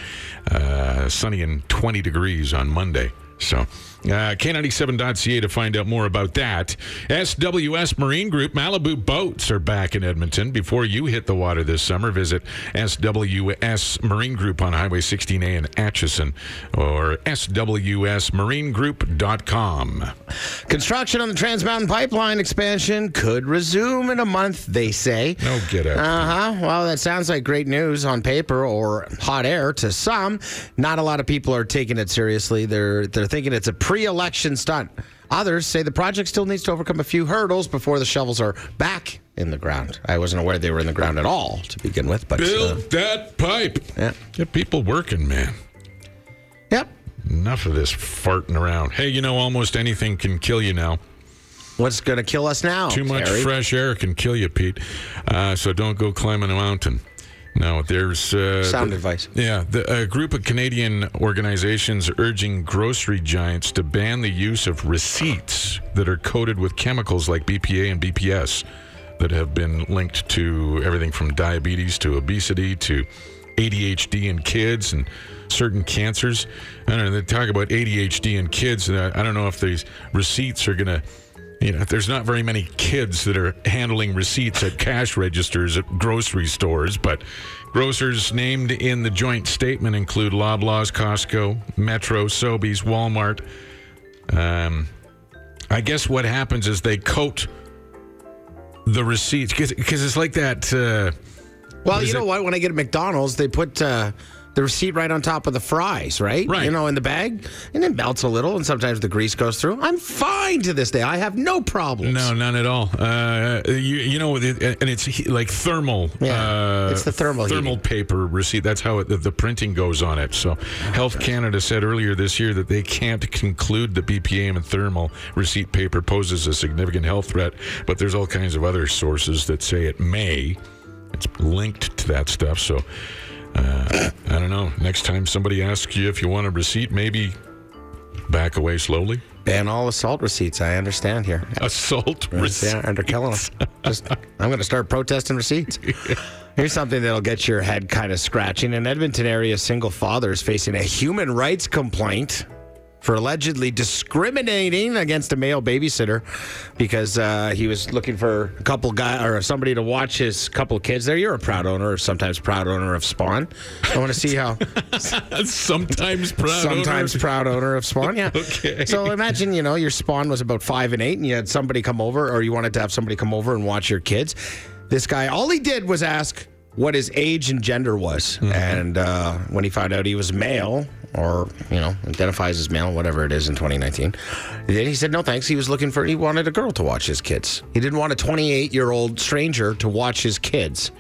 B: Uh, sunny and 20 degrees on Monday. So, uh, K97.ca to find out more about that. SWS Marine Group Malibu boats are back in Edmonton. Before you hit the water this summer, visit SWS Marine Group on Highway 16A in Atchison or SWSMarineGroup.com.
C: Construction on the Trans Mountain Pipeline expansion could resume in a month, they say.
B: No, get out.
C: Uh huh. Well, that sounds like great news on paper or hot air to some. Not a lot of people are taking it seriously. They're they're thinking it's a pre-election stunt. Others say the project still needs to overcome a few hurdles before the shovels are back in the ground. I wasn't aware they were in the ground at all to begin with, but uh,
B: Build that pipe.
C: Yeah.
B: Get people working, man.
C: yep.
B: Enough of this farting around. Hey, you know, almost anything can kill you now.
C: What's going to kill us now?
B: Too much
C: Terry?
B: fresh air can kill you, Pete. Uh, so don't go climbing a mountain. No, there's uh,
C: Sound
B: the-
C: advice.
B: Yeah, the, a group of Canadian organizations urging grocery giants to ban the use of receipts that are coated with chemicals like BPA and BPS that have been linked to everything from diabetes to obesity to ADHD in kids and certain cancers. I don't know. They talk about ADHD in kids, and I, I don't know if these receipts are going to. You know, there's not very many kids that are handling receipts at cash registers at grocery stores, but grocers named in the joint statement include Loblaws, Costco, Metro, Sobeys, Walmart. Um, I guess what happens is they coat the receipts because it's like that. Uh,
C: Well,
B: is
C: you know
B: it?
C: what? When I get at McDonald's, they put uh, the receipt right on top of the fries, right?
B: Right.
C: You know, in the bag, and it melts a little, and sometimes the grease goes through. I'm fine to this day. I have no problems.
B: no, none at all. Uh, you, you know, it- and it's he- like thermal.
C: Yeah,
B: uh,
C: it's the thermal
B: thermal
C: heating.
B: paper receipt. That's how it, the, the printing goes on it. So, Health Canada said earlier this year that they can't conclude the BPA and thermal receipt paper poses a significant health threat, but there's all kinds of other sources that say it may. It's linked to that stuff. So, uh, I don't know. Next time somebody asks you if you want a receipt, maybe back away slowly.
C: Ban all assault receipts. I understand here.
B: Assault receipt.
C: Yeah, under killing us. Just, I'm going to start protesting receipts. Here's something that'll get your head kind of scratching. An Edmonton area single father is facing a human rights complaint for allegedly discriminating against a male babysitter because uh, he was looking for a couple guy or somebody to watch his couple kids there. You're a proud owner or sometimes proud owner of Spawn. I want to see how
B: Sometimes proud.
C: sometimes
B: owner.
C: proud owner of Spawn. Yeah.
B: Okay.
C: So imagine, you know, your Spawn was about five and eight, and you had somebody come over, or you wanted to have somebody come over and watch your kids. This guy, all he did was ask what his age and gender was,
B: Mm-hmm.
C: and uh, when he found out he was male, or you know, identifies as male, whatever it is in 2019, then he said no thanks. He was looking for, he wanted a girl to watch his kids. He didn't want a 28 year old stranger to watch his kids.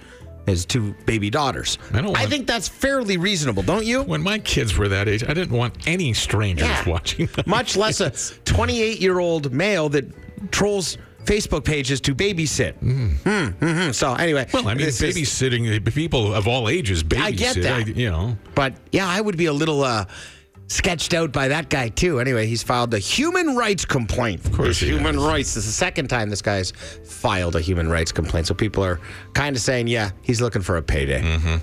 C: His two baby daughters.
B: I don't
C: I
B: want-
C: think that's fairly reasonable, don't you?
B: When my kids were that age, I didn't want any strangers
C: Yeah.
B: watching. them.
C: much less a 28 year old male that trolls Facebook pages to babysit. Mm, mhm. So anyway,
B: Hmm. Well, I mean,
C: this is-
B: babysitting people of all ages babysit.
C: I get that.
B: you know,
C: but yeah, I would be a little. Uh, sketched out by that guy too. Anyway, he's filed a human rights complaint. Of
B: course he
C: human
B: has.
C: rights. This is the second time this guy's filed a human rights complaint. So people are kind of saying, yeah, he's looking for a payday.
B: Hmm.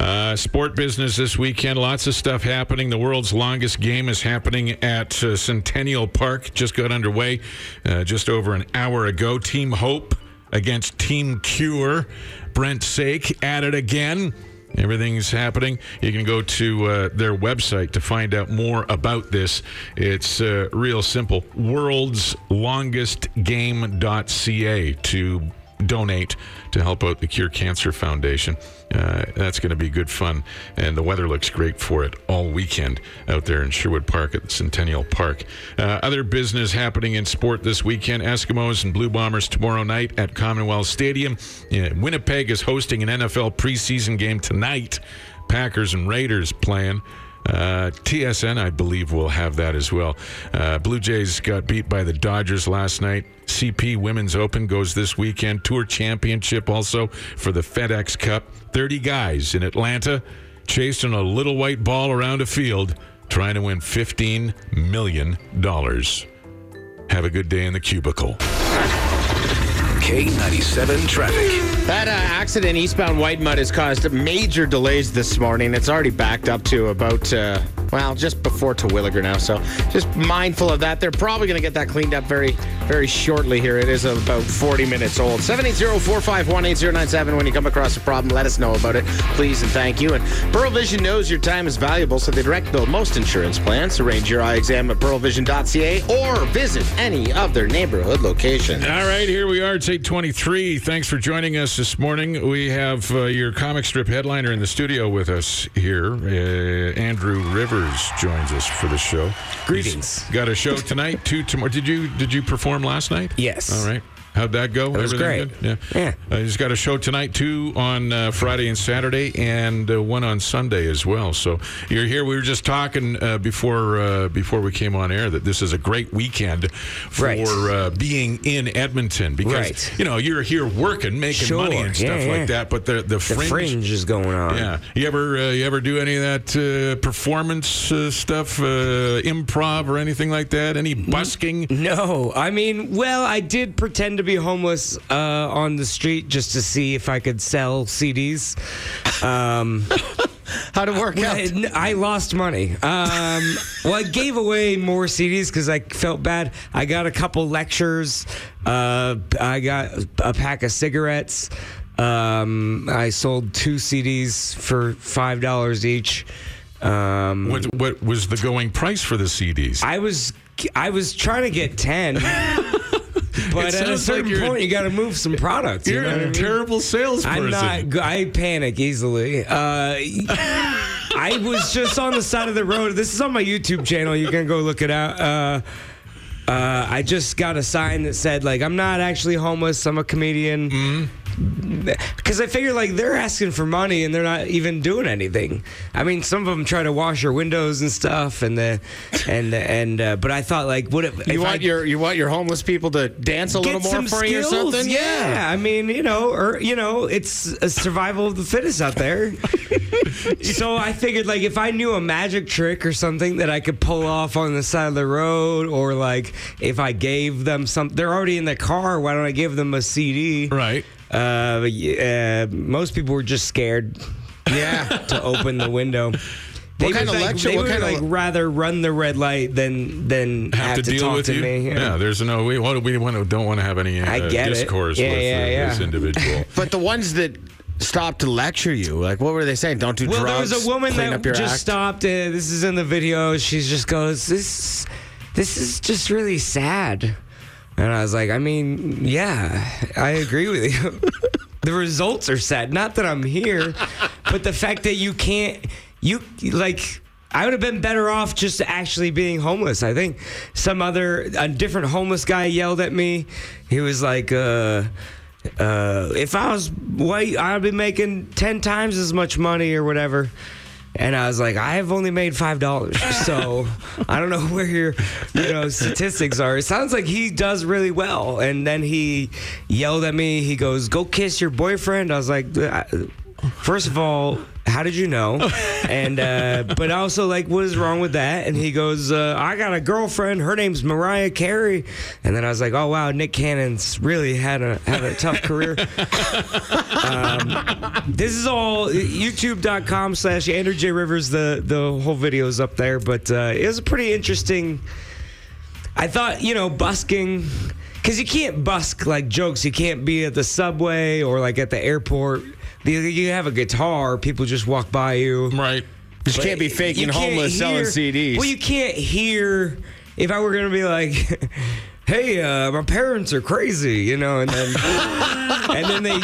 B: Uh, sport business this weekend. Lots of stuff happening. The world's longest game is happening at uh, Centennial Park. Just got underway uh, just over an hour ago. Team Hope against Team Cure. Brent Sake at it again. Everything's happening. You can go to uh, their website to find out more about this. It's uh, real simple world's longest game.ca to donate to help out the Cure Cancer Foundation. Uh, that's going to be good fun, and the weather looks great for it all weekend out there in Sherwood Park at Centennial Park. Uh, other business happening in sport this weekend: Eskimos and Blue Bombers tomorrow night at Commonwealth Stadium. Uh, Winnipeg is hosting an NFL preseason game tonight. Packers and Raiders playing. Uh, TSN, I believe, will have that as well. Uh, Blue Jays got beat by the Dodgers last night. CP Women's Open goes this weekend. Tour Championship also for the FedEx Cup. 30 guys in Atlanta chasing a little white ball around a field trying to win $15 million. Have a good day in the cubicle.
A: K97 traffic.
C: That uh, accident eastbound White Mud has caused major delays this morning. It's already backed up to about, uh, well, just before Terwilliger now. So just mindful of that. They're probably going to get that cleaned up very, very shortly here. It is about 40 minutes old. 780-451-8097. When you come across a problem, let us know about it, please and thank you. And Pearl Vision knows your time is valuable, so they direct bill most insurance plans. Arrange your eye exam at pearlvision.ca or visit any of their neighborhood locations.
B: All right, here we are. It's 823. Thanks for joining us this morning. We have uh, your comic strip headliner in the studio with us here. Uh, Andrew Rivers joins us for the show.
D: Greetings.
B: He's got a show tonight, two tomorrow. Did you did you perform last night?
D: Yes.
B: All right. How'd that go?
D: was
B: Everything
D: great.
B: Good? Yeah. Uh, he's got a show tonight, too, on uh, Friday and Saturday, and uh, one on Sunday as well. So you're here. We were just talking uh, before uh, before we came on air that this is a great weekend for
D: Right.
B: uh, being in Edmonton because
D: Right.
B: you know you're here working, making
D: Sure.
B: money and
D: Yeah,
B: stuff
D: yeah.
B: like that. But the the
D: The
B: fringe.
D: fringe, is going on.
B: Yeah, you ever uh, you ever do any of that uh, performance uh, stuff, uh, improv or anything like that? Any busking?
D: No, I mean, well, I did pretend to be homeless uh, on the street just to see if I could sell CDs. Um,
C: How'd it work out?
D: I, Uh, I lost money. Um, well, I gave away more CDs because I felt bad. I got a couple lectures. Uh, I got a pack of cigarettes. Um, I sold two CDs for five dollars each. Um,
B: What, what was the going price for the CDs?
D: I was I was trying to get ten.
B: It
D: But at a
B: sounds like
D: certain
B: you're-
D: point, you got to move some products. you
B: You're
D: know what I
B: a
D: mean?
B: terrible salesperson.
D: I'm not. g- I panic easily. Uh, I was just on the side of the road. This is on my YouTube channel. You can go look it out. Uh, uh, I just got a sign that said like I'm not actually homeless. I'm a comedian.
C: Mm-hmm.
D: Because I figure like they're asking for money and they're not even doing anything. I mean, some of them try to wash your windows and stuff, and the and and. Uh, but I thought like, what if,
C: You
D: if
C: want
D: I-
C: your you want your homeless people to dance a little more for you or something?
D: Yeah. I mean, you know, or you know, it's a survival of the fittest out there. so I figured, like, if I knew a magic trick or something that I could pull off on the side of the road, or like if I gave them some, they're already in the car. Why don't I give them a CD?
B: Right.
D: Uh, but yeah, uh, most people were just scared. Yeah, to open the window. They
C: kind
D: would,
C: of
D: like,
C: lecture-
D: They
C: what
D: would
C: kind of
D: like
C: le-
D: rather run the red light than than
B: have
D: have,
B: to, deal
D: talk
B: with
D: to
B: you.
D: me.
B: yeah. there's no we want we want to, don't want to have any uh,
D: I get it.
B: discourse
D: Yeah,
B: with
D: yeah,
B: uh,
D: yeah.
B: this individual.
C: But the ones that stop to lecture you, like what were they saying? Don't do
D: Well,
C: drugs.
D: there was a woman
C: clean
D: that
C: up your
D: just
C: act.
D: stopped. Uh, this is in the video. She just goes, "This, this is just really sad." And I was like, "I mean, yeah, I agree with you. the results are sad. Not that I'm here, but the fact that you can't, you like." I would have been better off just actually being homeless. I think some other, a different homeless guy yelled at me. He was like, uh, uh, if I was white, I'd be making 10 times as much money or whatever. And I was like, I have only made $5. So I don't know where your you know, statistics are. It sounds like he does really well. And then he yelled at me. He goes, Go kiss your boyfriend. I was like, "Uh, First of all, how did you know? and uh, but also like, what is wrong with that? And he goes, uh, I got a girlfriend. Her name's Mariah Carey. And then I was like, oh wow, Nick Cannon's really had a had a tough career. This is all uh, youtube.com slash Andrew J. Rivers. The, the whole video is up there, but uh, it was a pretty interesting. I thought, you know, busking, because you can't busk like jokes. You can't be at the subway or like at the airport. You- You have a guitar, people just walk by you.
B: Right.
C: Just can't be
D: You
C: faking
D: can't
C: homeless selling
D: hear-
C: CDs.
D: Well, you can't hear. If I were going to be like, hey, uh, my parents are crazy, you know, and then. And then they,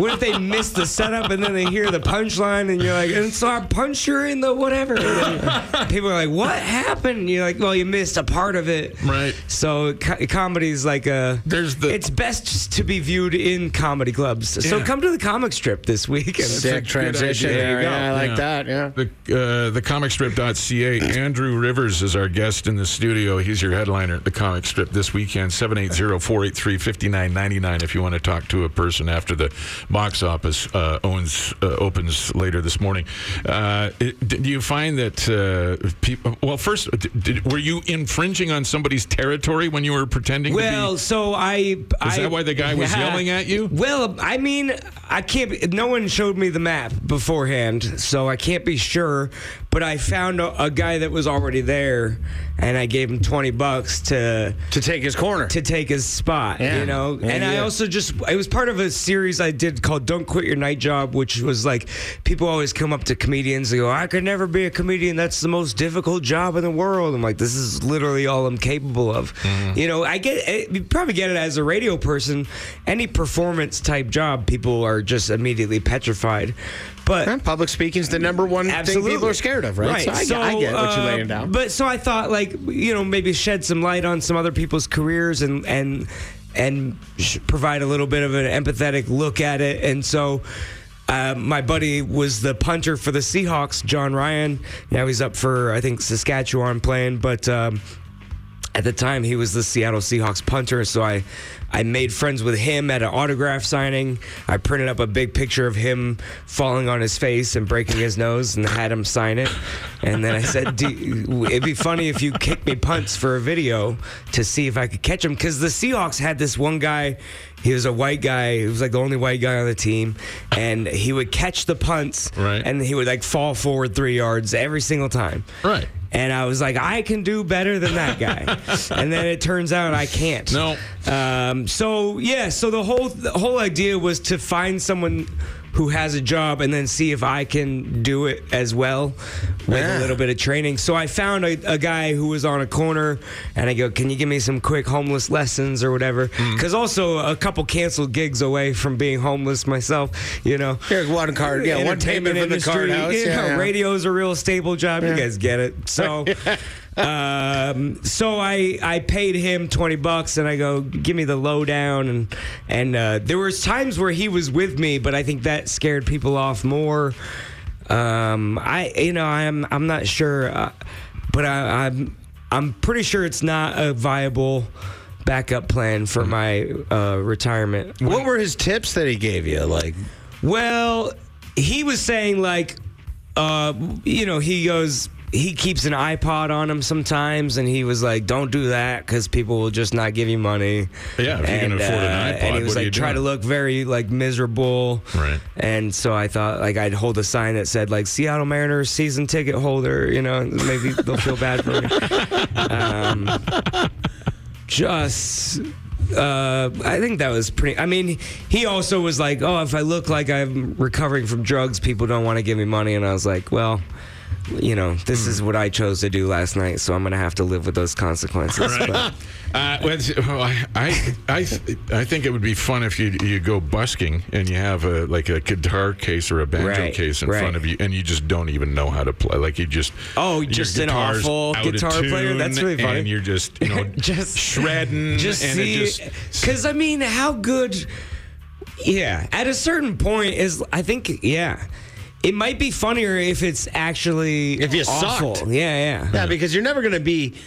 D: what if they miss the setup and then they hear the punchline and you're like, and so I punch her in the whatever. And then people are like, what happened? And you're like, well, you missed a part of it.
B: Right.
D: So co- comedy is like a.
B: There's the-
D: It's best just to be viewed in comedy clubs. So
B: Yeah.
D: come to the comic strip this week. And
C: Sick transition.
B: idea.
C: There
B: There you
C: yeah,
B: go.
C: I like
B: Yeah.
C: that. Yeah.
B: The, uh, the comicstrip.ca. Andrew Rivers is our guest in the studio. He's your headliner at the comic strip this weekend. 780 483 5999 if you want to talk to a person after the box office uh, owns, uh, opens later this morning. Uh, it, did you find that uh, people. Well, first, d did, were you infringing on somebody's territory when you were pretending
D: Well,
B: to
D: so I. Is
B: Is that why the guy was yelling at you?
D: Well, I mean, I can't. be- No one showed me the map beforehand, so I can't be sure. But I found a, a guy that was already there, and I gave him twenty bucks to
C: To take his corner.
D: to take his spot.
C: Yeah.
D: You know,
C: Yeah,
D: and I
C: yeah.
D: also just it was part of a series I did called "Don't Quit Your Night Job," which was like people always come up to comedians and go, "I could never be a comedian. That's the most difficult job in the world." I'm like, this is literally all I'm capable of. You know, I get it, you probably get it as a radio person. Any performance type job, people are just immediately petrified. But
C: Huh? Public speaking's the number one
D: Absolutely.
C: thing people are scared of, right? So I, I get what you're
D: uh,
C: laying down.
D: But so I thought, like, you know, maybe shed some light on some other people's careers and and and sh- provide a little bit of an empathetic look at it. And so. Uh, my buddy was the punter for the Seahawks, John Ryan. Now he's up for, I think, Saskatchewan playing. But um, at the time he was the Seattle Seahawks punter, so I I made friends with him at an autograph signing. I printed up a big picture of him falling on his face and breaking his nose and had him sign it. And then I said, Do, you- it'd be funny if you kicked me punts for a video to see if I could catch him because the Seahawks had this one guy. He was a white guy. He was like the only white guy on the team, and he would catch the punts,
B: Right.
D: and he would like fall forward three yards every single time.
B: Right.
D: And I was like, I can do better than that guy. and then it turns out I can't.
B: No.
D: Um, so yeah, so the whole the whole idea was to find someone who has a job and then see if I can do it as well with
C: Yeah.
D: a little bit of training. So I found a, a guy who was on a corner and I go, "Can you give me some quick homeless lessons or whatever?" Cuz also a couple canceled gigs away from being homeless myself, you know.
C: Here's one card. Yeah, one payment
D: Entertainment
C: for the card
D: industry,
C: house.
D: you
C: Yeah,
D: know,
C: yeah.
D: Radio's a real stable job. You guys get it. So, um, so I I paid him twenty bucks, and I go, give me the lowdown, and and uh, there was times where he was with me, but I think that scared people off more. Um, I you know I'm I'm not sure, uh, but I, I'm I'm pretty sure it's not a viable backup plan
C: Mm.
D: for my uh, retirement.
C: What were his tips that he gave you? Like,
D: Uh, Well, he was saying like, uh, you know, he goes. He keeps an iPod on him sometimes, and he was like, "Don't do that because people will just not give you money."
B: Yeah, if you can
D: And,
B: afford an
D: uh,
B: iPod,
D: and he was
B: what are
D: like,
B: you
D: "Try to
B: doing?"
D: look very like miserable."
B: Right.
D: And so I thought like I'd hold a sign that said like Seattle Mariners season ticket holder. You know, maybe they'll feel bad for me. Um, just uh, I think that was pretty. I mean, he also was like, "Oh, if I look like I'm recovering from drugs, people don't want to give me money." And I was like, "Well, you know, this is what I chose to do last night, so I'm gonna have to live with those consequences." But-
B: Uh, well, it's- well, I, I, I, th- I think it would be fun if you you go busking and you have a like a guitar case or a banjo
D: Right,
B: case in
D: right.
B: front of you, and you just don't even know how to play. Like you just
D: Oh,
B: your
D: just an
B: guitar's
D: awful
B: out of
D: guitar player?
B: tune,
D: That's really funny.
B: And you're just you know
D: Just-
B: shredding.
D: just
B: and
D: see,
B: it just,
D: because I mean, how good? Yeah, at a certain point is I think yeah, it might be funnier if it's actually
C: If you
D: awful.
C: sucked.
D: Yeah, yeah.
C: yeah, because you're never going to be
D: Because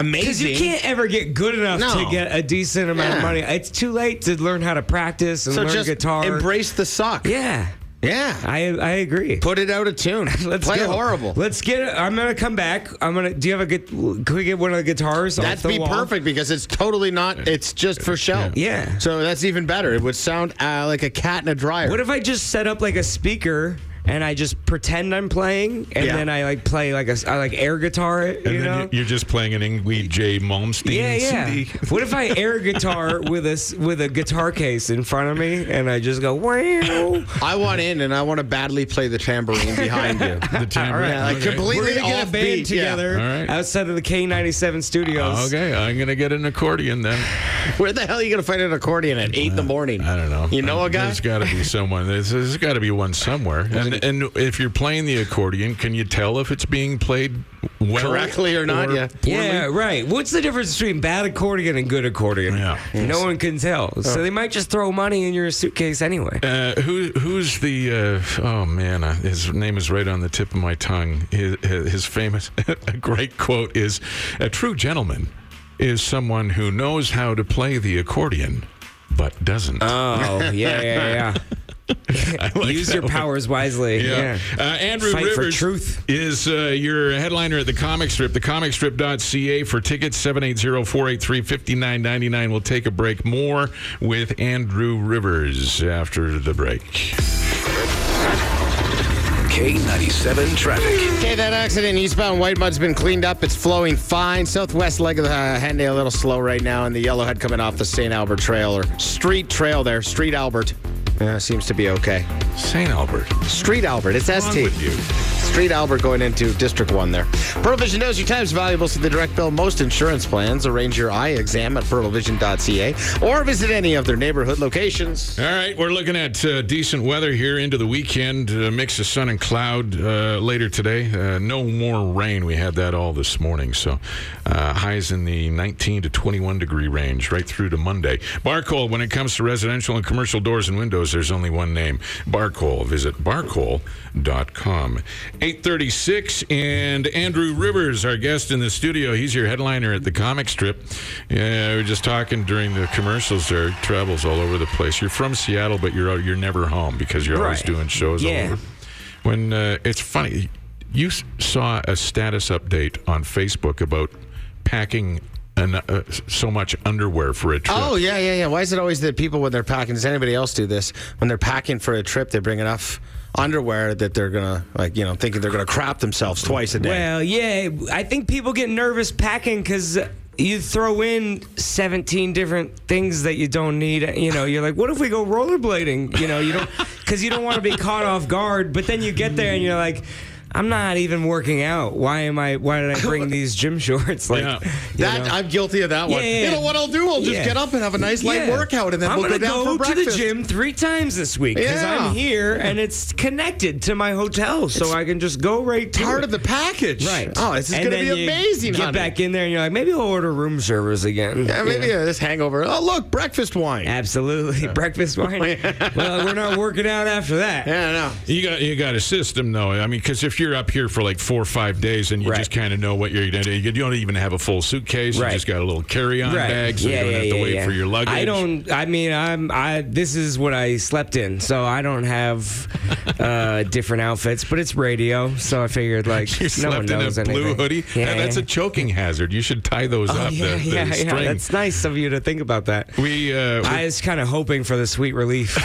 C: amazing.
D: you can't ever get good enough
C: No.
D: to get a decent amount
C: Yeah.
D: of money. It's too late to learn how to practice and
C: so
D: learn
C: just
D: guitar.
C: embrace the suck.
D: yeah.
C: Yeah.
D: I I agree.
C: Put it out of tune.
D: Let's
C: Play
D: go.
C: horrible.
D: Let's get. it. I'm gonna come back. I'm gonna. Do you have a good? Can we get one of the guitars? off
C: That'd
D: the
C: be
D: wall?
C: perfect because it's totally not. It's just for show.
D: Yeah.
C: So that's even better. It would sound uh, like a cat in a dryer.
D: What if I just set up like a speaker and I just pretend I'm playing and
C: Yeah.
D: then I like play like a I like air guitar it,
B: And
D: you
B: then
D: know?
B: you- you're just playing an Ingwe J. Malmsteen
D: yeah, yeah.
B: CD.
D: What if I air guitar with a s- with a guitar case in front of me and I just go wow?
C: I want in and I want to badly play the tambourine behind you.
B: The time.
C: All right, like complete-
D: We're gonna get a
C: Offbeat,
D: band
C: yeah.
D: together
B: All right.
D: outside of the K97 studios.
B: Okay, I'm gonna get an accordion then.
C: Where the hell are you going to find an accordion at eight in the morning?
B: Uh, I don't know.
C: You know a guy?
B: There's got to be someone. There's, there's got to be one somewhere. And and if you're playing the accordion, can you tell if it's being played well
C: Correctly or not, yeah.
D: Yeah, right. What's the difference between bad accordion and good accordion?
B: Yeah. Oh.
D: No one can tell. So they might just throw money in your suitcase anyway.
B: Uh, who who's the uh, oh man uh, his name is right on the tip of my tongue his, his famous a great quote is a true gentleman is someone who knows how to play the accordion but doesn't
C: Uh,
D: Oh, yeah, yeah, yeah. Use your powers wisely.
B: Yeah. Uh,
D: Yeah.
B: Andrew
D: Fight for
B: Rivers
D: truth.
B: is uh, your headliner at the comic strip, thecomicstrip.ca for tickets, 780 483 5999. We'll take a break. More with Andrew Rivers after the break.
A: K97 traffic.
C: Okay, that accident eastbound White Mud's been cleaned up. It's flowing fine. Southwest leg of the uh, Henday a little slow right now, and the yellowhead coming off the St. Albert Trail or Street Trail there. Street Albert uh, seems to be okay.
B: St. Albert.
C: Street Albert. It's
B: What's wrong
C: ST.
B: with you?
C: Street Albert going into District 1 there. Pearl Vision knows your time's valuable, so they direct bill most insurance plans. Arrange your eye exam at pearlvision.ca or visit any of their neighborhood locations.
B: All right, we're looking at uh, decent weather here into the weekend. A mix of sun and cloud uh, later today. Uh, no more rain. We had that all this morning. So uh, highs in the 19 to 21 degree range right through to Monday. Barcoal, when it comes to residential and commercial doors and windows, there's only one name Barcoal. Visit barcoal.com. 836 and Andrew Rivers, our guest in the studio. He's your headliner at the comic strip. Yeah, we were just talking during the commercials there. Travels all over the place. You're from Seattle, but you're you're never home because you're always
D: Right.
B: doing shows
D: Yeah.
B: all over. When uh, it's funny, you s- saw a status update on Facebook about packing an, uh, so much underwear for a trip.
C: Oh, yeah, yeah, yeah. Why is it always that people, when they're packing, does anybody else do this? When they're packing for a trip, they bring enough underwear that they're going to, like, you know, thinking they're going to crap themselves twice a day.
D: Well, yeah. I think people get nervous packing because you throw in 17 different things that you don't need. You know, you're like, what if we go rollerblading? You know, you don't, because you don't want to be caught off guard. But then you get there and you're like, I'm not even working out. Why am I? Why did I bring these gym shorts? Like,
B: Yeah.
D: you
C: that
D: know.
C: I'm guilty of that one.
D: Yeah, yeah,
C: You know
D: yeah.
C: what I'll do? I'll just
D: Yeah.
C: get up and have a nice light
D: Yeah.
C: workout, and then
D: I'm
C: we'll go
D: gonna
C: down for
D: go to
C: breakfast.
D: the gym three times this week because
C: Yeah.
D: I'm here and it's connected to my hotel, so I can just go right to
C: Part
D: it.
C: of the package.
D: Right.
C: Oh, this is
D: And
C: going to
D: then
C: be
D: you
C: amazing.
D: Get
C: honey.
D: back in there and you're like, maybe I'll order room service again.
C: Yeah, maybe uh, this hangover. Oh, look, breakfast wine. Yeah,
D: Absolutely. Breakfast wine. well, we're not working out after that.
C: no.
B: You got you got a system though. I mean, because if you're up here for like four or five days and you
D: Right.
B: just kind of know what you're going to do, you don't even have a full suitcase.
D: Right.
B: You just got a little carry-on
D: Right.
B: bag, so you don't have to wait
D: yeah.
B: for your luggage.
D: I don't I mean I'm I this is what I slept in, so I don't have uh different outfits, but it's radio, so I figured like
B: You
D: no
B: slept
D: one knows
B: in a blue
D: anything.
B: hoodie. Yeah. that's a choking hazard. You should tie those
D: Oh,
B: up. the,
D: yeah,
B: the
D: yeah, yeah.
B: string.
D: That's nice of you to think about that.
B: we uh,
D: I was kind of hoping for the sweet relief.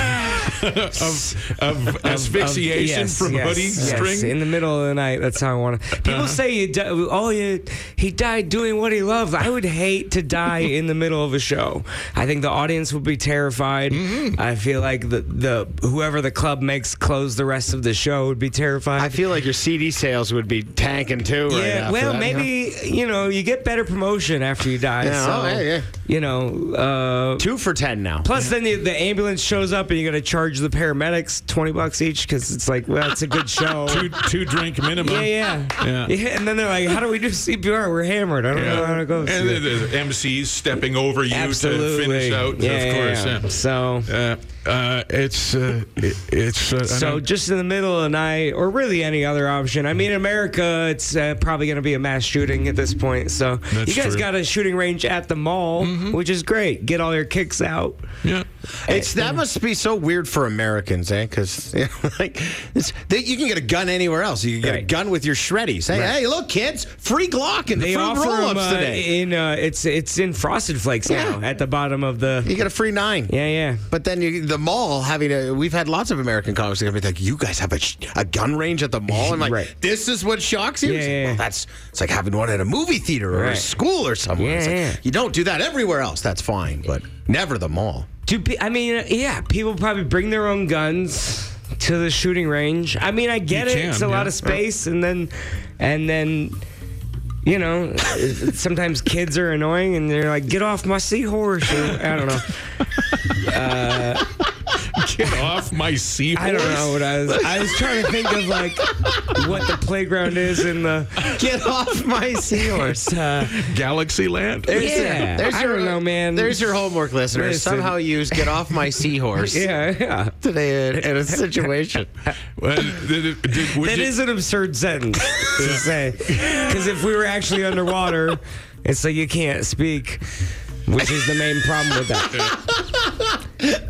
B: of, of asphyxiation
D: Yes,
B: from
D: yes,
B: hoodie
D: yes.
B: string.
D: in the middle of the night. That's how I want to.
C: Uh-huh.
D: People say you di- oh you he died doing what he loved. I would hate to die in the middle of a show. I think the audience would be terrified.
C: Mm-hmm.
D: I feel like the the whoever the club makes close the rest of the show would be terrified.
C: I feel like your CD sales would be tanking too right
D: yeah,
C: after
D: well,
C: that, you know?
D: maybe you know you get better promotion after you die.
C: Yeah,
D: so
C: oh, yeah, yeah.
D: you know, uh,
C: Two for ten now.
D: Plus, then the, the ambulance shows up, and you got to charge the paramedics twenty bucks each because it's like, well, it's a good show.
B: Two, two drink minimum.
D: yeah, yeah,
B: Yeah.
D: And then they're like, how do we do CPR? We're hammered. I don't know how to go.
B: And the, the MC's stepping over you to
D: Absolutely.
B: finish out.
D: Yeah,
B: of
D: yeah,
B: course.
D: yeah.
B: yeah.
D: So
B: Uh, Uh, it's uh, it- it's uh,
D: So
B: an-
D: just in the middle of the night, or really any other option. I mean, in America, it's uh, probably going to be a mass shooting at this point. So
B: That's
D: you guys
B: true.
D: got a shooting range at the mall, which is great. Get all your kicks out.
B: yeah.
C: It's that must be so weird for Americans, eh? Because you know, like it's, they, you can get a gun anywhere else. You can get a
D: Right.
C: gun with your shreddies. Hey, hey, look, kids, free Glock in the
D: They
C: fruit
D: offer 'em,
C: roll-ups
D: uh,
C: today.
D: in uh, it's it's in Frosted Flakes now
C: Yeah.
D: at the bottom of
C: you
D: the.
C: get a free nine.
D: Yeah, yeah.
C: But then you, the mall having a, we've had lots of American comics that are gonna be like, you guys have a, sh- a gun range at the mall. I'm like,
D: Right.
C: this is what shocks you.
D: Yeah,
C: It's like,
D: yeah,
C: well,
D: yeah.
C: that's it's like having one at a movie theater or a
D: Right.
C: school or somewhere.
D: Yeah,
C: It's like,
D: yeah.
C: You don't do that everywhere else. That's fine, but never the mall.
D: Do pe- I mean, yeah, people probably bring their own guns to the shooting range. I mean, I get
B: You
D: it;
B: can,
D: it's a lot
B: yeah.
D: of space, and then, and then, you know, sometimes kids are annoying, and they're like, "Get off my seahorse!" Or, I don't know.
B: Get off my seahorse.
D: I don't know what I was. I was trying to think of like what the playground is in the.
C: Get off my seahorse.
D: Uh,
B: Galaxy Land.
D: yeah, I don't know, man.
C: There's your homework, listeners.
D: Listen.
C: Somehow use "get off my seahorse"
D: yeah, yeah.
C: today in, in a situation.
B: Well, did- did- would
D: That
B: you-
D: is an absurd sentence to say. Because if we were actually underwater, it's like you can't speak, which is the main problem with that.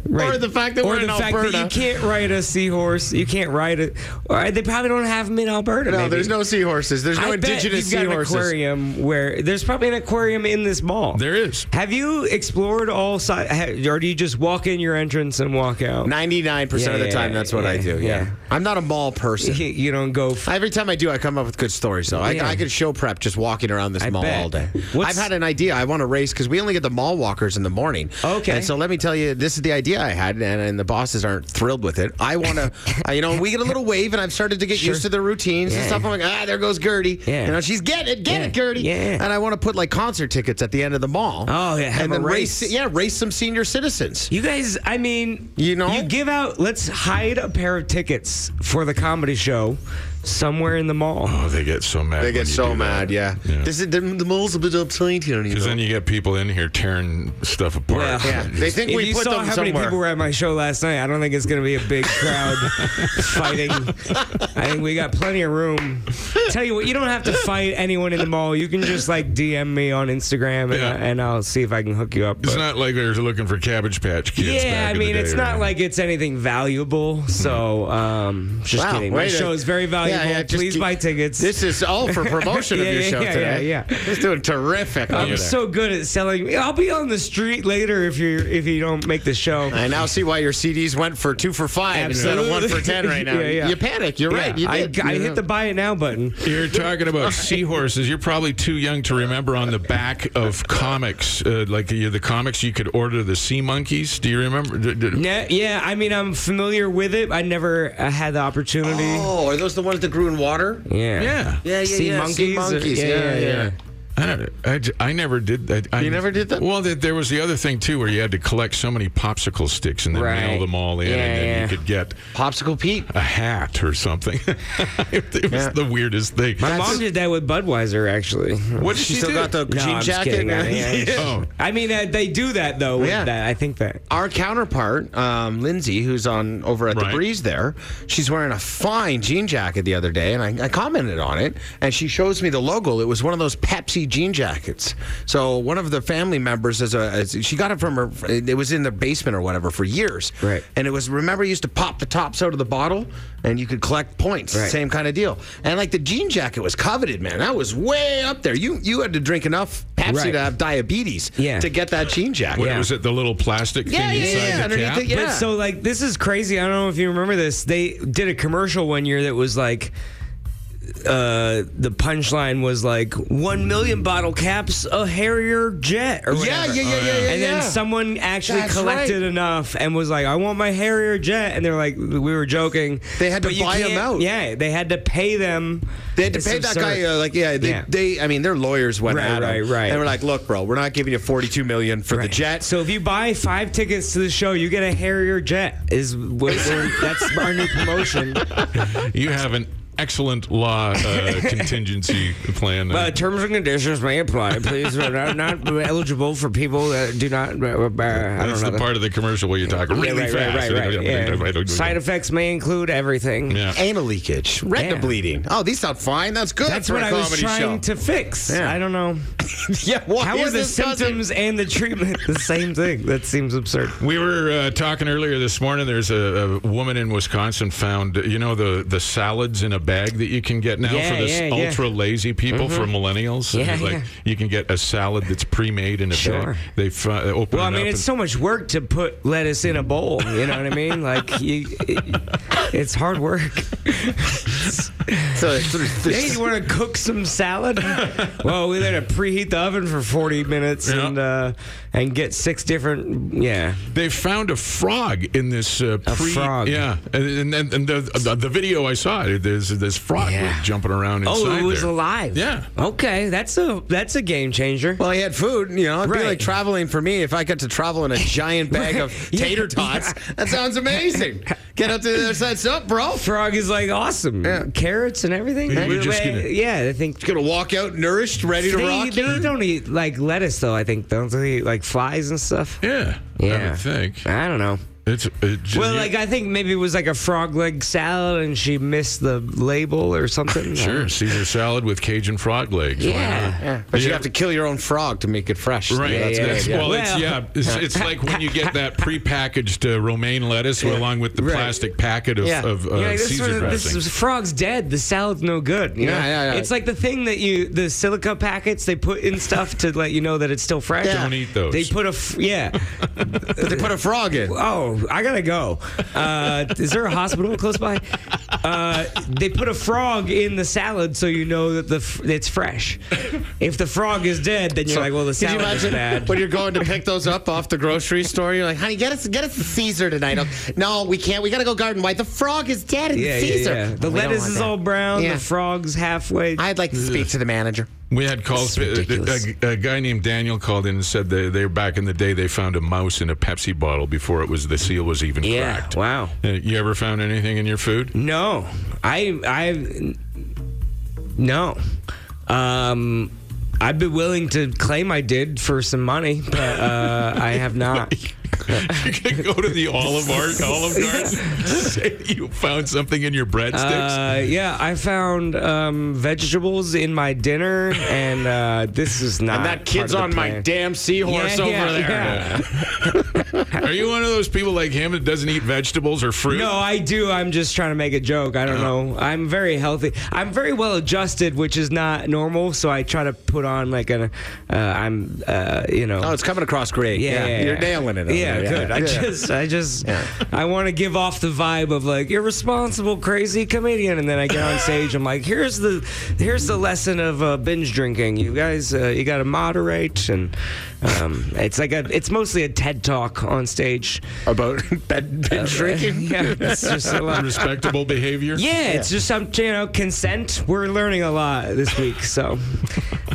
D: Right.
C: Or the fact that
D: Or
C: we're
D: the
C: in
D: fact
C: Alberta.
D: that you can't ride a seahorse, you can't ride it. Or they probably don't have them in Alberta.
C: no,
D: maybe.
C: there's no seahorses. There's no
D: I bet
C: indigenous
D: you've got
C: seahorses.
D: an aquarium where there's probably an aquarium in this mall.
B: There is.
D: Have you explored all sides, or do you just walk in your entrance and walk out?
C: Ninety-nine percent of
D: Yeah,
C: the
D: yeah,
C: time,
D: yeah,
C: that's what I
D: yeah,
C: do. Yeah.
D: yeah.
C: I'm not a mall person.
D: You don't go. F-
C: Every time I do, I come up with good stories. Though I,
D: Yeah.
C: I could show prep just walking around this
D: I
C: mall
D: bet.
C: all day.
D: What's-
C: I've had an idea. I want to race because we only get the mall walkers in the morning.
D: Okay.
C: And so let me tell you, this is the idea I had, and, and the bosses aren't thrilled with it. I want to, uh, you know, we get a little wave, and I've started to get used to the routines and
D: Yeah.
C: stuff. I'm like, ah, there goes Gertie.
D: Yeah.
C: You know, she's getting it, get
D: Yeah.
C: it, Gertie.
D: Yeah.
C: And I want to put like concert tickets at the end of the mall.
D: Oh, yeah, have
C: And
D: a
C: then
D: race.
C: yeah, race some senior citizens.
D: You guys, I mean,
C: You know?
D: you give out. Let's hide a pair of tickets for the comedy show somewhere in the mall.
B: Oh, they get so mad.
C: They
B: when
C: get
B: you
C: so
B: do
C: mad,
B: that.
C: yeah. This is the, the mall's a bit uptight here. you
B: Because
C: know.
B: then you get people in here tearing stuff apart.
D: Well,
C: Yeah, they think
D: if
C: we
D: you
C: put
D: saw
C: them
D: how
C: somewhere.
D: many people were at my show last night, I don't think it's going to be a big crowd fighting. I think we got plenty of room. Tell you what, you don't have to fight anyone in the mall. You can just like DM me on Instagram and,
B: Yeah.
D: and I'll see if I can hook you up.
B: It's
D: but-
B: not like they're looking for Cabbage Patch Kids.
D: yeah,
B: back
D: I
B: in the
D: mean,
B: day
D: it's
B: or
D: not
B: anything.
D: like it's anything valuable. So, um, just
C: Wow,
D: kidding. My
C: wait a-
D: show is very valuable.
C: Yeah, yeah, just
D: Please
C: keep-
D: buy tickets.
C: This is all for promotion
D: Yeah,
C: of your
D: yeah,
C: show
D: yeah,
C: today.
D: yeah, yeah.
C: It's doing terrific.
D: I'm
C: over there.
D: so good at selling. I'll be on the street later if you if you don't make the show.
C: I now see why your CDs went for two for five instead of one for ten right now.
D: Yeah, yeah.
C: You panic. You're right. You
D: Yeah,
C: did.
D: I, I
C: You know.
D: hit the buy it now button.
B: You're talking about seahorses. You're probably too young to remember on the back of comics, uh, like you the comics you could order the sea monkeys. Do you remember? D- d-
D: Yeah, yeah, I mean, I'm familiar with it. I never uh, had the opportunity.
C: Oh, are those the ones that grew in water?
D: Yeah.
B: yeah.
C: Yeah, yeah,
D: Sea
C: yeah.
D: monkeys.
C: Sea monkeys.
D: Yeah, yeah, yeah.
B: I, don't, I, j- I never did that. I,
C: You never did that?
B: Well, th- there was the other thing, too, where you had to collect so many popsicle sticks and then mail
D: Right.
B: them all in,
D: Yeah,
B: and then
D: yeah.
B: you could get
C: Popsicle Pete.
B: a hat or something. it was
C: Yeah.
B: the weirdest thing.
D: My mom did that with Budweiser, actually.
B: What did she,
C: She still
B: do?
C: got the
D: No,
C: jean
D: I'm just
C: jacket.
D: kidding. Yeah, yeah.
B: oh,
D: I mean, uh, they do that though. With
C: Yeah.
D: that, I think that.
C: Our counterpart, um, Lindsay, who's on over at
B: Right.
C: the Breeze there, she's wearing a fine jean jacket the other day, and I, I commented on it, and she shows me the logo. It was one of those Pepsi jean jackets. So one of the family members is a is- she got it from her. It was in their basement or whatever for years.
D: Right.
C: And it was remember you used to pop the tops out of the bottle, and you could collect points.
D: Right.
C: Same kind of deal. And like the jean jacket was coveted, man. That was way up there. You you had to drink enough Pepsi
D: Right.
C: to have diabetes
D: Yeah.
C: to get that jean jacket.
B: what
D: Yeah.
B: was it? The little plastic
C: Yeah,
B: thing
C: yeah,
B: inside
C: yeah,
B: the
C: underneath
B: cap?
C: it, yeah.
D: But so like this is crazy. I don't know if you remember this. They did a commercial one year that was like uh the punchline was like 1 million bottle caps a Harrier jet or
C: Yeah,
D: whatever.
C: yeah, yeah, yeah, yeah.
D: And then
C: yeah.
D: someone actually
C: That's
D: collected
C: right.
D: enough and was like, "I want my Harrier jet," and they're like, "We were joking."
C: They had to
D: But you
C: buy 'em
D: can't-
C: out.
D: Yeah, they had to pay them.
C: They had to
D: It's
C: pay that
D: absurd.
C: guy. Uh, like, yeah they,
D: Yeah.
C: they. I mean, their lawyers went
D: Right,
C: at him,
D: right, right.
C: And we're like, look, bro, we're not giving you forty-two million for the jet.
D: So if you buy five tickets to the show, you get a Harrier jet. Is what we're, that's our new promotion.
B: You have an excellent law uh, contingency plan.
D: Uh, terms and conditions may apply. Please, we're not, not eligible for people that do not. Uh, uh, I
B: That's
D: don't know.
B: the part of the commercial where you talk
D: Yeah,
B: really
D: right,
B: fast.
D: right, right, right. yeah. Side effects may include everything.
B: Yeah.
C: Anal leakage, retina
D: Yeah.
C: bleeding. Oh, these sound fine. That's good.
D: That's
C: for
D: what
C: a
D: I was
C: comedy
D: trying
C: show.
D: to fix.
C: Yeah.
D: I don't know.
C: yeah, why
D: How are
C: is
D: the
C: this doesn't-
D: symptoms and the treatment the same thing? That seems absurd.
B: We were uh, talking earlier this morning. There's a, a woman in Wisconsin found, you know, the, the salads in a bag that you can get now
D: Yeah,
B: for this
D: yeah, yeah.
B: ultra lazy people for millennials.
D: Yeah,
B: It's like
D: yeah.
B: you can get a salad that's pre made in a bag.
D: Sure.
B: They fu- they open
D: Well,
B: it
D: I mean,
B: up
D: it's
B: and-
D: so much work to put lettuce in a bowl. You know what I mean? Like, you, it, it's hard work.
C: So it's sort of-
D: Hey, you want to cook some salad? well, we let it preheat the oven for 40 minutes
B: Yeah.
D: and uh, and get six different. Yeah,
B: they found a frog in this uh,
D: A
B: pre
D: frog.
B: yeah and, and, and the, the the video I saw there's this frog
D: Yeah.
B: was jumping around inside
D: Oh, it was
B: there.
D: alive.
B: Yeah.
D: Okay, that's a that's a game changer.
C: Well, he had food, you know. It'd be
D: Right.
C: like traveling for me if I got to travel in a giant bag of
D: Yeah,
C: tater tots. That sounds amazing. Get up to the other side. Sup, bro?
D: Frog is like awesome.
C: Yeah.
D: Carrots and everything.
B: We're
D: Like,
B: just gonna-
D: yeah, I think
C: Gonna walk out nourished, ready to
D: they,
C: rock.
D: they don't eat like lettuce though. I think don't they eat like flies and stuff?
B: yeah I
D: Yeah.
B: would think
D: I don't know.
B: it's it just,
D: Well, like I think maybe it was like a frog leg salad, and she missed the label or something.
B: sure Caesar salad with Cajun frog legs Why not?
D: Yeah.
C: Yeah, but you
B: Yeah.
C: have to kill your own frog to make it fresh.
B: Right.
C: Yeah,
B: that's,
C: yeah,
B: that's-
C: yeah.
B: Well, it's,
D: Well-
B: yeah, it's, it's like when you get that prepackaged uh, romaine lettuce along with the
D: Right.
B: plastic packet of,
C: Yeah.
B: of uh,
D: You're like, this,
B: Caesar
D: was- this
B: dressing.
D: was- frog's dead. The salad's no good. you know?
C: Yeah, yeah, yeah.
D: It's like the thing that you, the silica packets they put in stuff to let you know that it's still fresh.
B: Don't eat those.
D: They put a, f- yeah.
C: But they put a frog in.
D: Oh, I gotta go. Uh, is there a hospital close by? Uh, they put a frog in the salad so you know that the f- it's fresh. If the frog is dead, then you're like, well, the
C: Could you
D: salad is
C: imagine
D: bad.
C: when you're going to pick those up off the grocery store? You're like, honey, get us, get us a Caesar tonight. Oh, No, we can't. We gotta go garden white. The frog is dead in
D: Yeah, yeah,
C: Caesar.
D: yeah. The
C: We don't
D: lettuce
C: want
D: is
C: that.
D: all brown.
C: Yeah.
D: The frog's halfway.
C: I'd like to speak to the manager.
B: we had calls.
C: This is ridiculous.
B: A, a guy named Daniel called in and said they, they were back in the day. They found a mouse in a Pepsi bottle before it was the seal was even
D: yeah.
B: cracked.
D: Wow.
B: Uh, you ever found anything in your food?
D: No, I I no. Um, I'd be willing to claim I did for some money, but uh, I have not.
B: you can go to the Olive Art, Olive Garden. say you found something in your breadsticks.
D: Uh, yeah, I found um, vegetables in my dinner, and uh, this is not.
C: And that kid's
D: part
C: on
D: of the
C: my
D: plan.
C: damn seahorse
D: Yeah,
C: over
D: yeah,
C: there.
D: yeah.
B: Are you one of those people like him that doesn't eat vegetables or fruit?
D: No, I do. I'm just trying to make a joke. I
C: Uh-huh.
D: don't know. I'm very healthy. I'm very well adjusted, which is not normal. So I try to put on like an. Uh, I'm, uh, you know.
C: Oh, it's coming across great.
D: Yeah, yeah,
C: you're
D: yeah.
C: nailing it. over
D: Yeah,
C: there.
D: good. I just, I just, I want to give off the vibe of like irresponsible, crazy comedian, and then I get on stage. I'm like, here's the, here's the lesson of uh, binge drinking. You guys, uh, you got to moderate, and um, it's like a, it's mostly a TED talk on stage.
C: about bed, bed drinking.
D: yeah, it's just a lot.
B: Respectable behavior.
D: Yeah, it's just some you know consent. We're learning a lot this week, so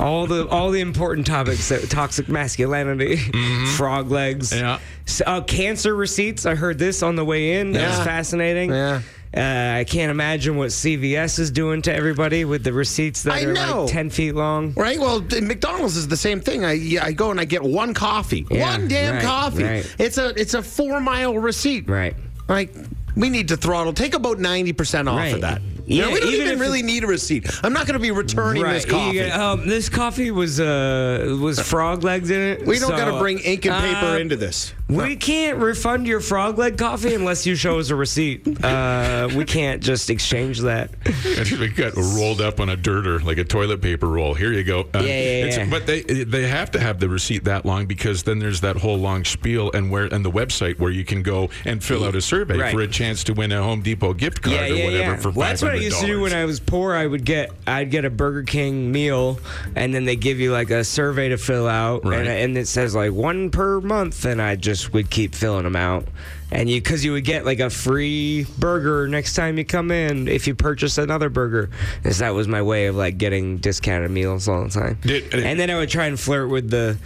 D: all the all the important topics: uh, toxic masculinity,
C: Mm-hmm.
D: frog legs,
B: Yeah.
D: S- uh, cancer receipts. I heard this on the way in. That was
C: Yeah.
D: fascinating.
C: Yeah.
D: Uh, I can't imagine what CVS is doing to everybody with the receipts that
C: I
D: are
C: know.
D: like ten feet long.
C: Right. Well, th- McDonald's is the same thing. I I go and I get one coffee,
D: Yeah,
C: one damn
D: right,
C: coffee.
D: right.
C: It's a it's a four mile receipt.
D: Right.
C: Like we need to throttle. Take about ninety percent off
D: Right.
C: of that.
D: Yeah,
C: you know, we don't
D: even
C: even,
D: if
C: really need a receipt. I'm not going to be returning this coffee.
D: You- um, this coffee was uh, was frog legs in it.
C: we don't
D: oh, so-
C: got to bring ink and paper
D: Uh,
C: into this.
D: We can't refund your frog leg coffee unless you show us a receipt. Uh, we can't just exchange that.
B: And it got rolled up on a dirter, like a toilet paper roll. Here you go. Uh,
D: yeah, yeah.
B: But they they have to have the receipt that long because then there's that whole long spiel and where and the website where you can go and fill out a survey
D: Right.
B: for a chance to win a Home Depot gift card or whatever for
D: Well, that's what I used to do when I was poor. I would get I'd get a Burger King meal, and then they give you like a survey to fill out,
B: Right.
D: and, and it says like one per month, and I just would keep filling them out. And you, because you would get like a free burger next time you come in if you purchase another burger. Because that was my way of like getting discounted meals all the time.
B: Did-
D: and then I would try and flirt with the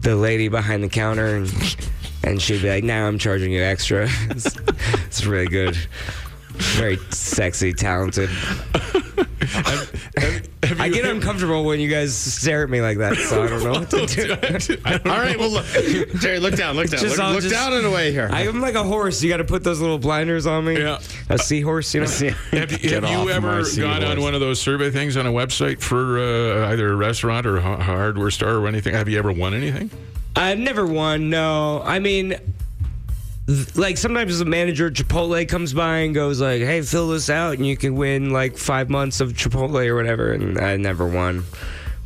D: the lady behind the counter and and she'd be like, "Now I'm charging you extra." it's, it's really good. Very sexy, talented.
B: Have- have- have
D: I
B: you
D: get
B: ever- Oh,
D: uncomfortable when you guys stare at me like that, so I don't know what to do.
B: I don't
C: All right, well, look. Jerry, look down, look down.
D: Just-
C: look
D: I'll
C: look
D: just-
C: down and away here.
D: I'm like a horse. You got to put those little blinders on me.
B: Yeah.
D: A seahorse, you know?
B: Have, you-
C: Get
B: have
C: off
B: you
C: my
B: ever gone
C: seahorse.
B: on one of those survey things on a website for uh, either a restaurant or a ha- hardware store or anything? Have you ever won anything?
D: I've never won. No, I mean, th- like sometimes the manager at Chipotle comes by and goes like, "Hey, fill this out, and you can win like five months of Chipotle or whatever." And I never won,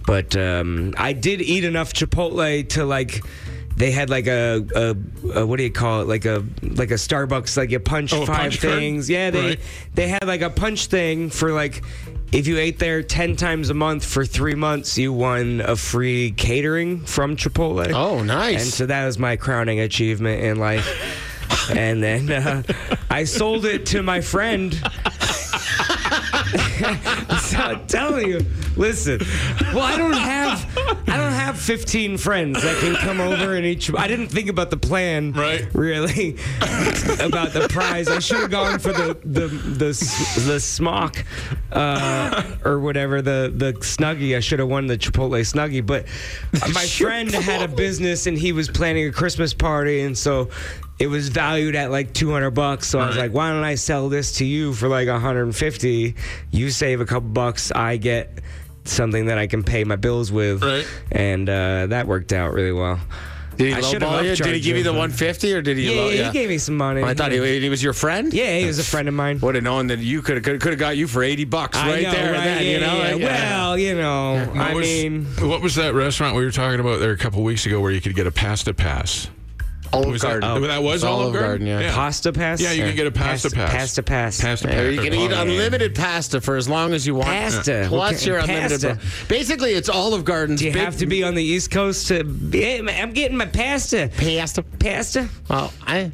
D: but um, I did eat enough Chipotle to like. They had like a, a, a what do you call it? Like a like a Starbucks. Like you punch
B: Oh,
D: five
B: a punch card?
D: things. Yeah, they
B: Right.
D: they had like a punch thing for like if you ate there ten times a month for three months, you won a free catering from Chipotle.
C: Oh, nice.
D: And so that was my crowning achievement in life. and then uh, I sold it to my friend. so I'm telling you, listen. Well, I don't have I don't have 15 friends that can come over and each. I didn't think about the plan,
B: Right.
D: Really, about the prize. I should have gone for the the the s- the smock uh, or whatever the the snuggie. I should have won the Chipotle snuggie, but my friend had a business and he was planning a Christmas party, and so it was valued at like 200 bucks. So I was
B: Right.
D: like, why don't I sell this to you for like 150? You save a couple bucks, I get something that I can pay my bills with,
B: Right.
D: and uh, that worked out really well.
C: Did he
D: I should've
C: lowball you? Did he
D: upcharged
C: give you
D: you.
C: the 150 or did he
D: Yeah,
C: low
D: yeah, he gave me some money.
C: I thought he, he was your friend?
D: yeah, he was a friend of mine.
C: Would have known that you could have could have got you for 80 bucks
D: I
C: right
D: know,
C: there
D: right?
C: and then,
D: yeah,
C: you know?
D: yeah,
C: Like, yeah.
D: Well, you know, I
B: was,
D: mean,
B: what was that restaurant we were talking about there a couple weeks ago where you could get a pasta pass?
C: Olive
B: Was
C: Garden.
B: That, that was
C: It's
B: Olive, Garden.
C: yeah.
D: pasta pass.
B: Yeah, you can get a pasta pass.
D: Pasta pass.
B: Pasta
C: Yeah,
B: pass.
C: you can eat unlimited pasta for as long as you want.
D: Pasta.
C: Plus
D: Okay,
C: your unlimited.
D: pasta.
C: bu- Basically, it's Olive Garden's
D: Do you
C: big
D: have to be on the East Coast to? Be, Hey, man, I'm getting my pasta.
C: pasta.
D: Pasta?
C: Well, I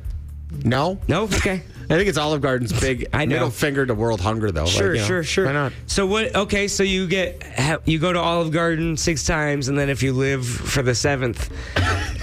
C: no.
D: No. Okay.
C: I think it's Olive Garden's big
D: I know.
C: middle finger to world hunger, though.
D: Sure,
C: Like, you know,
D: sure, sure.
C: Why not?
D: So what? Okay, so you get ha- you go to Olive Garden six times, and then if you live for the seventh,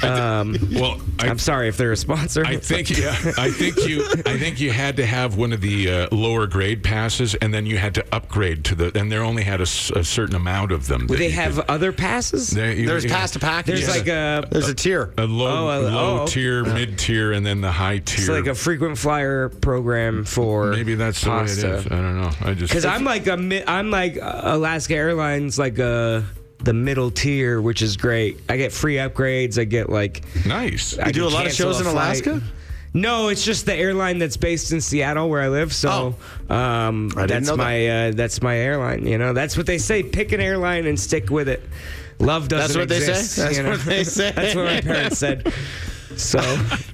B: Well, I,
D: I'm sorry if they're a sponsor.
B: I think yeah, I think you I think you had to have one of the uh, lower grade passes, and then you had to upgrade to the. And they only had a, s- a certain amount of them.
D: Do
B: that
D: they
B: you
D: have
B: could-
D: other passes.
B: They- you-
C: There's
B: you-
C: pasta packages.
D: There's like a
C: There's a tier.
B: a low,
D: Oh, a-
B: low
D: oh, okay.
B: tier, mid tier, and then the high tier.
D: it's like a frequent flyer program for
B: Maybe that's the way it
D: pasta.
B: is. I don't know. I just
D: Because I'm like a mi- I'm like uh, Alaska Airlines, like uh the middle tier, which is great. I get free upgrades. I get like
B: nice.
D: I
C: do
D: can
C: a lot of
D: cancel
C: shows
D: a
C: in
D: flight.
C: Alaska?
D: No, it's just the airline that's based in Seattle where I live. So um,
C: Oh. I didn't
D: that's
C: know that.
D: my uh, that's my airline. You know, that's what they say: pick an airline and stick with it. Love
C: That's
D: doesn't
C: what they say?
D: exist.
C: That's
D: you know?
C: what they say.
D: that's what my parents said. So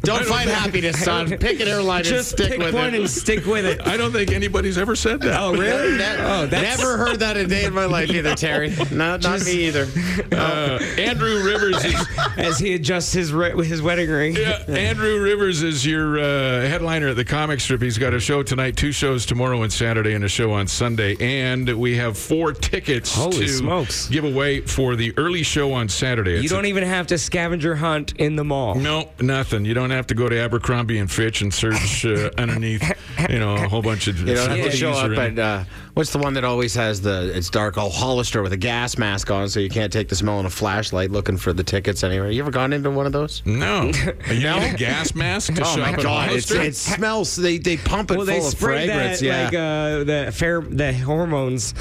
C: Don't find happiness, son. Pick an airline and
D: just
C: stick
D: pick
C: with
D: one
C: it.
D: and stick with it.
B: I don't think anybody's ever said that.
D: Oh really?
C: That-
D: oh, that's
C: Never heard that a day in my life either, Terry. Not, not me either.
B: Uh, Andrew Rivers is
D: as he adjusts his re- his wedding ring.
B: yeah, Andrew Rivers is your uh, headliner at the comic strip. He's got a show tonight, two shows tomorrow and Saturday, and a show on Sunday. And we have four tickets
D: Holy
B: to
D: smokes.
B: give away for the early show on Saturday.
D: You
B: It's a-
D: don't e- even have to scavenger hunt in the mall.
B: no, nothing. You don't have to go to Abercrombie and Fitch and search uh, underneath, you know, a whole bunch of.
C: You don't have
D: Yeah.
C: to show
B: CDs
C: up
B: or
C: at uh, what's the one that always has the it's dark all Hollister with a gas mask on, so you can't take the smell and a flashlight looking for the tickets anywhere. You ever gone into one of those? Oh,
B: No. You need a gas mask to shop Mm. at
C: it's,
B: Hollister?
C: it smells. They they pump it
D: Well,
C: full
D: they
C: of
D: spray
C: fragrance.
D: that
C: yeah,
D: like uh, the fair the hormones.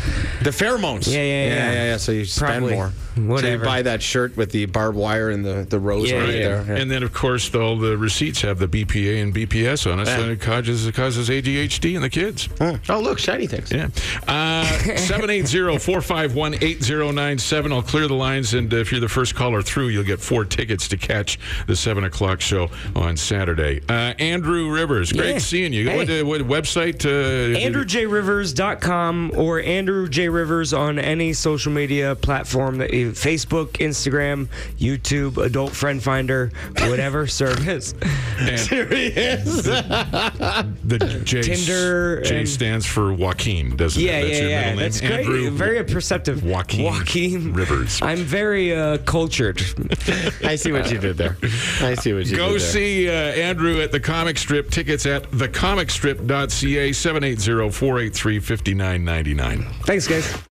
C: the pheromones.
D: Yeah, yeah, yeah.
C: yeah, So you spend
D: Probably.
C: more. So you
D: Whatever.
C: buy that shirt with the barbed wire and the the rose
D: Yeah,
C: right
D: yeah.
C: there. Yeah.
B: And then, of course, all the receipts have the BPA and BPS on it, so
C: Yeah.
B: it causes, it causes ADHD in the kids.
C: oh, look, shiny things.
B: Yeah. Uh, 780-451-8097. I'll clear the lines, and if you're the first caller through, you'll get four tickets to catch the 7 o'clock show on Saturday. Uh, Andrew Rivers, great
D: Yeah.
B: seeing you.
D: Hey.
B: What, uh, what website? Uh,
D: AndrewJRivers.com or Andrew J Rivers on any social media platform that you, Facebook, Instagram, YouTube, Adult Friend Finder, whatever service.
B: and the J,
D: Tinder
B: J
D: and-
B: stands for Joaquin, doesn't isn't
D: yeah,
B: it? That's
D: yeah,
B: your
D: yeah.
B: middle name.
D: That's great.
B: Andrew
D: Very perceptive.
B: Joaquin
D: Joaquin
B: Rivers.
D: I'm very uh, cultured.
C: I see what you did there. I see what you
B: Go
C: did there.
B: see uh, Andrew at the Comic Strip. Tickets at thecomicstrip.ca 780 483 5999.
D: Thanks, guys.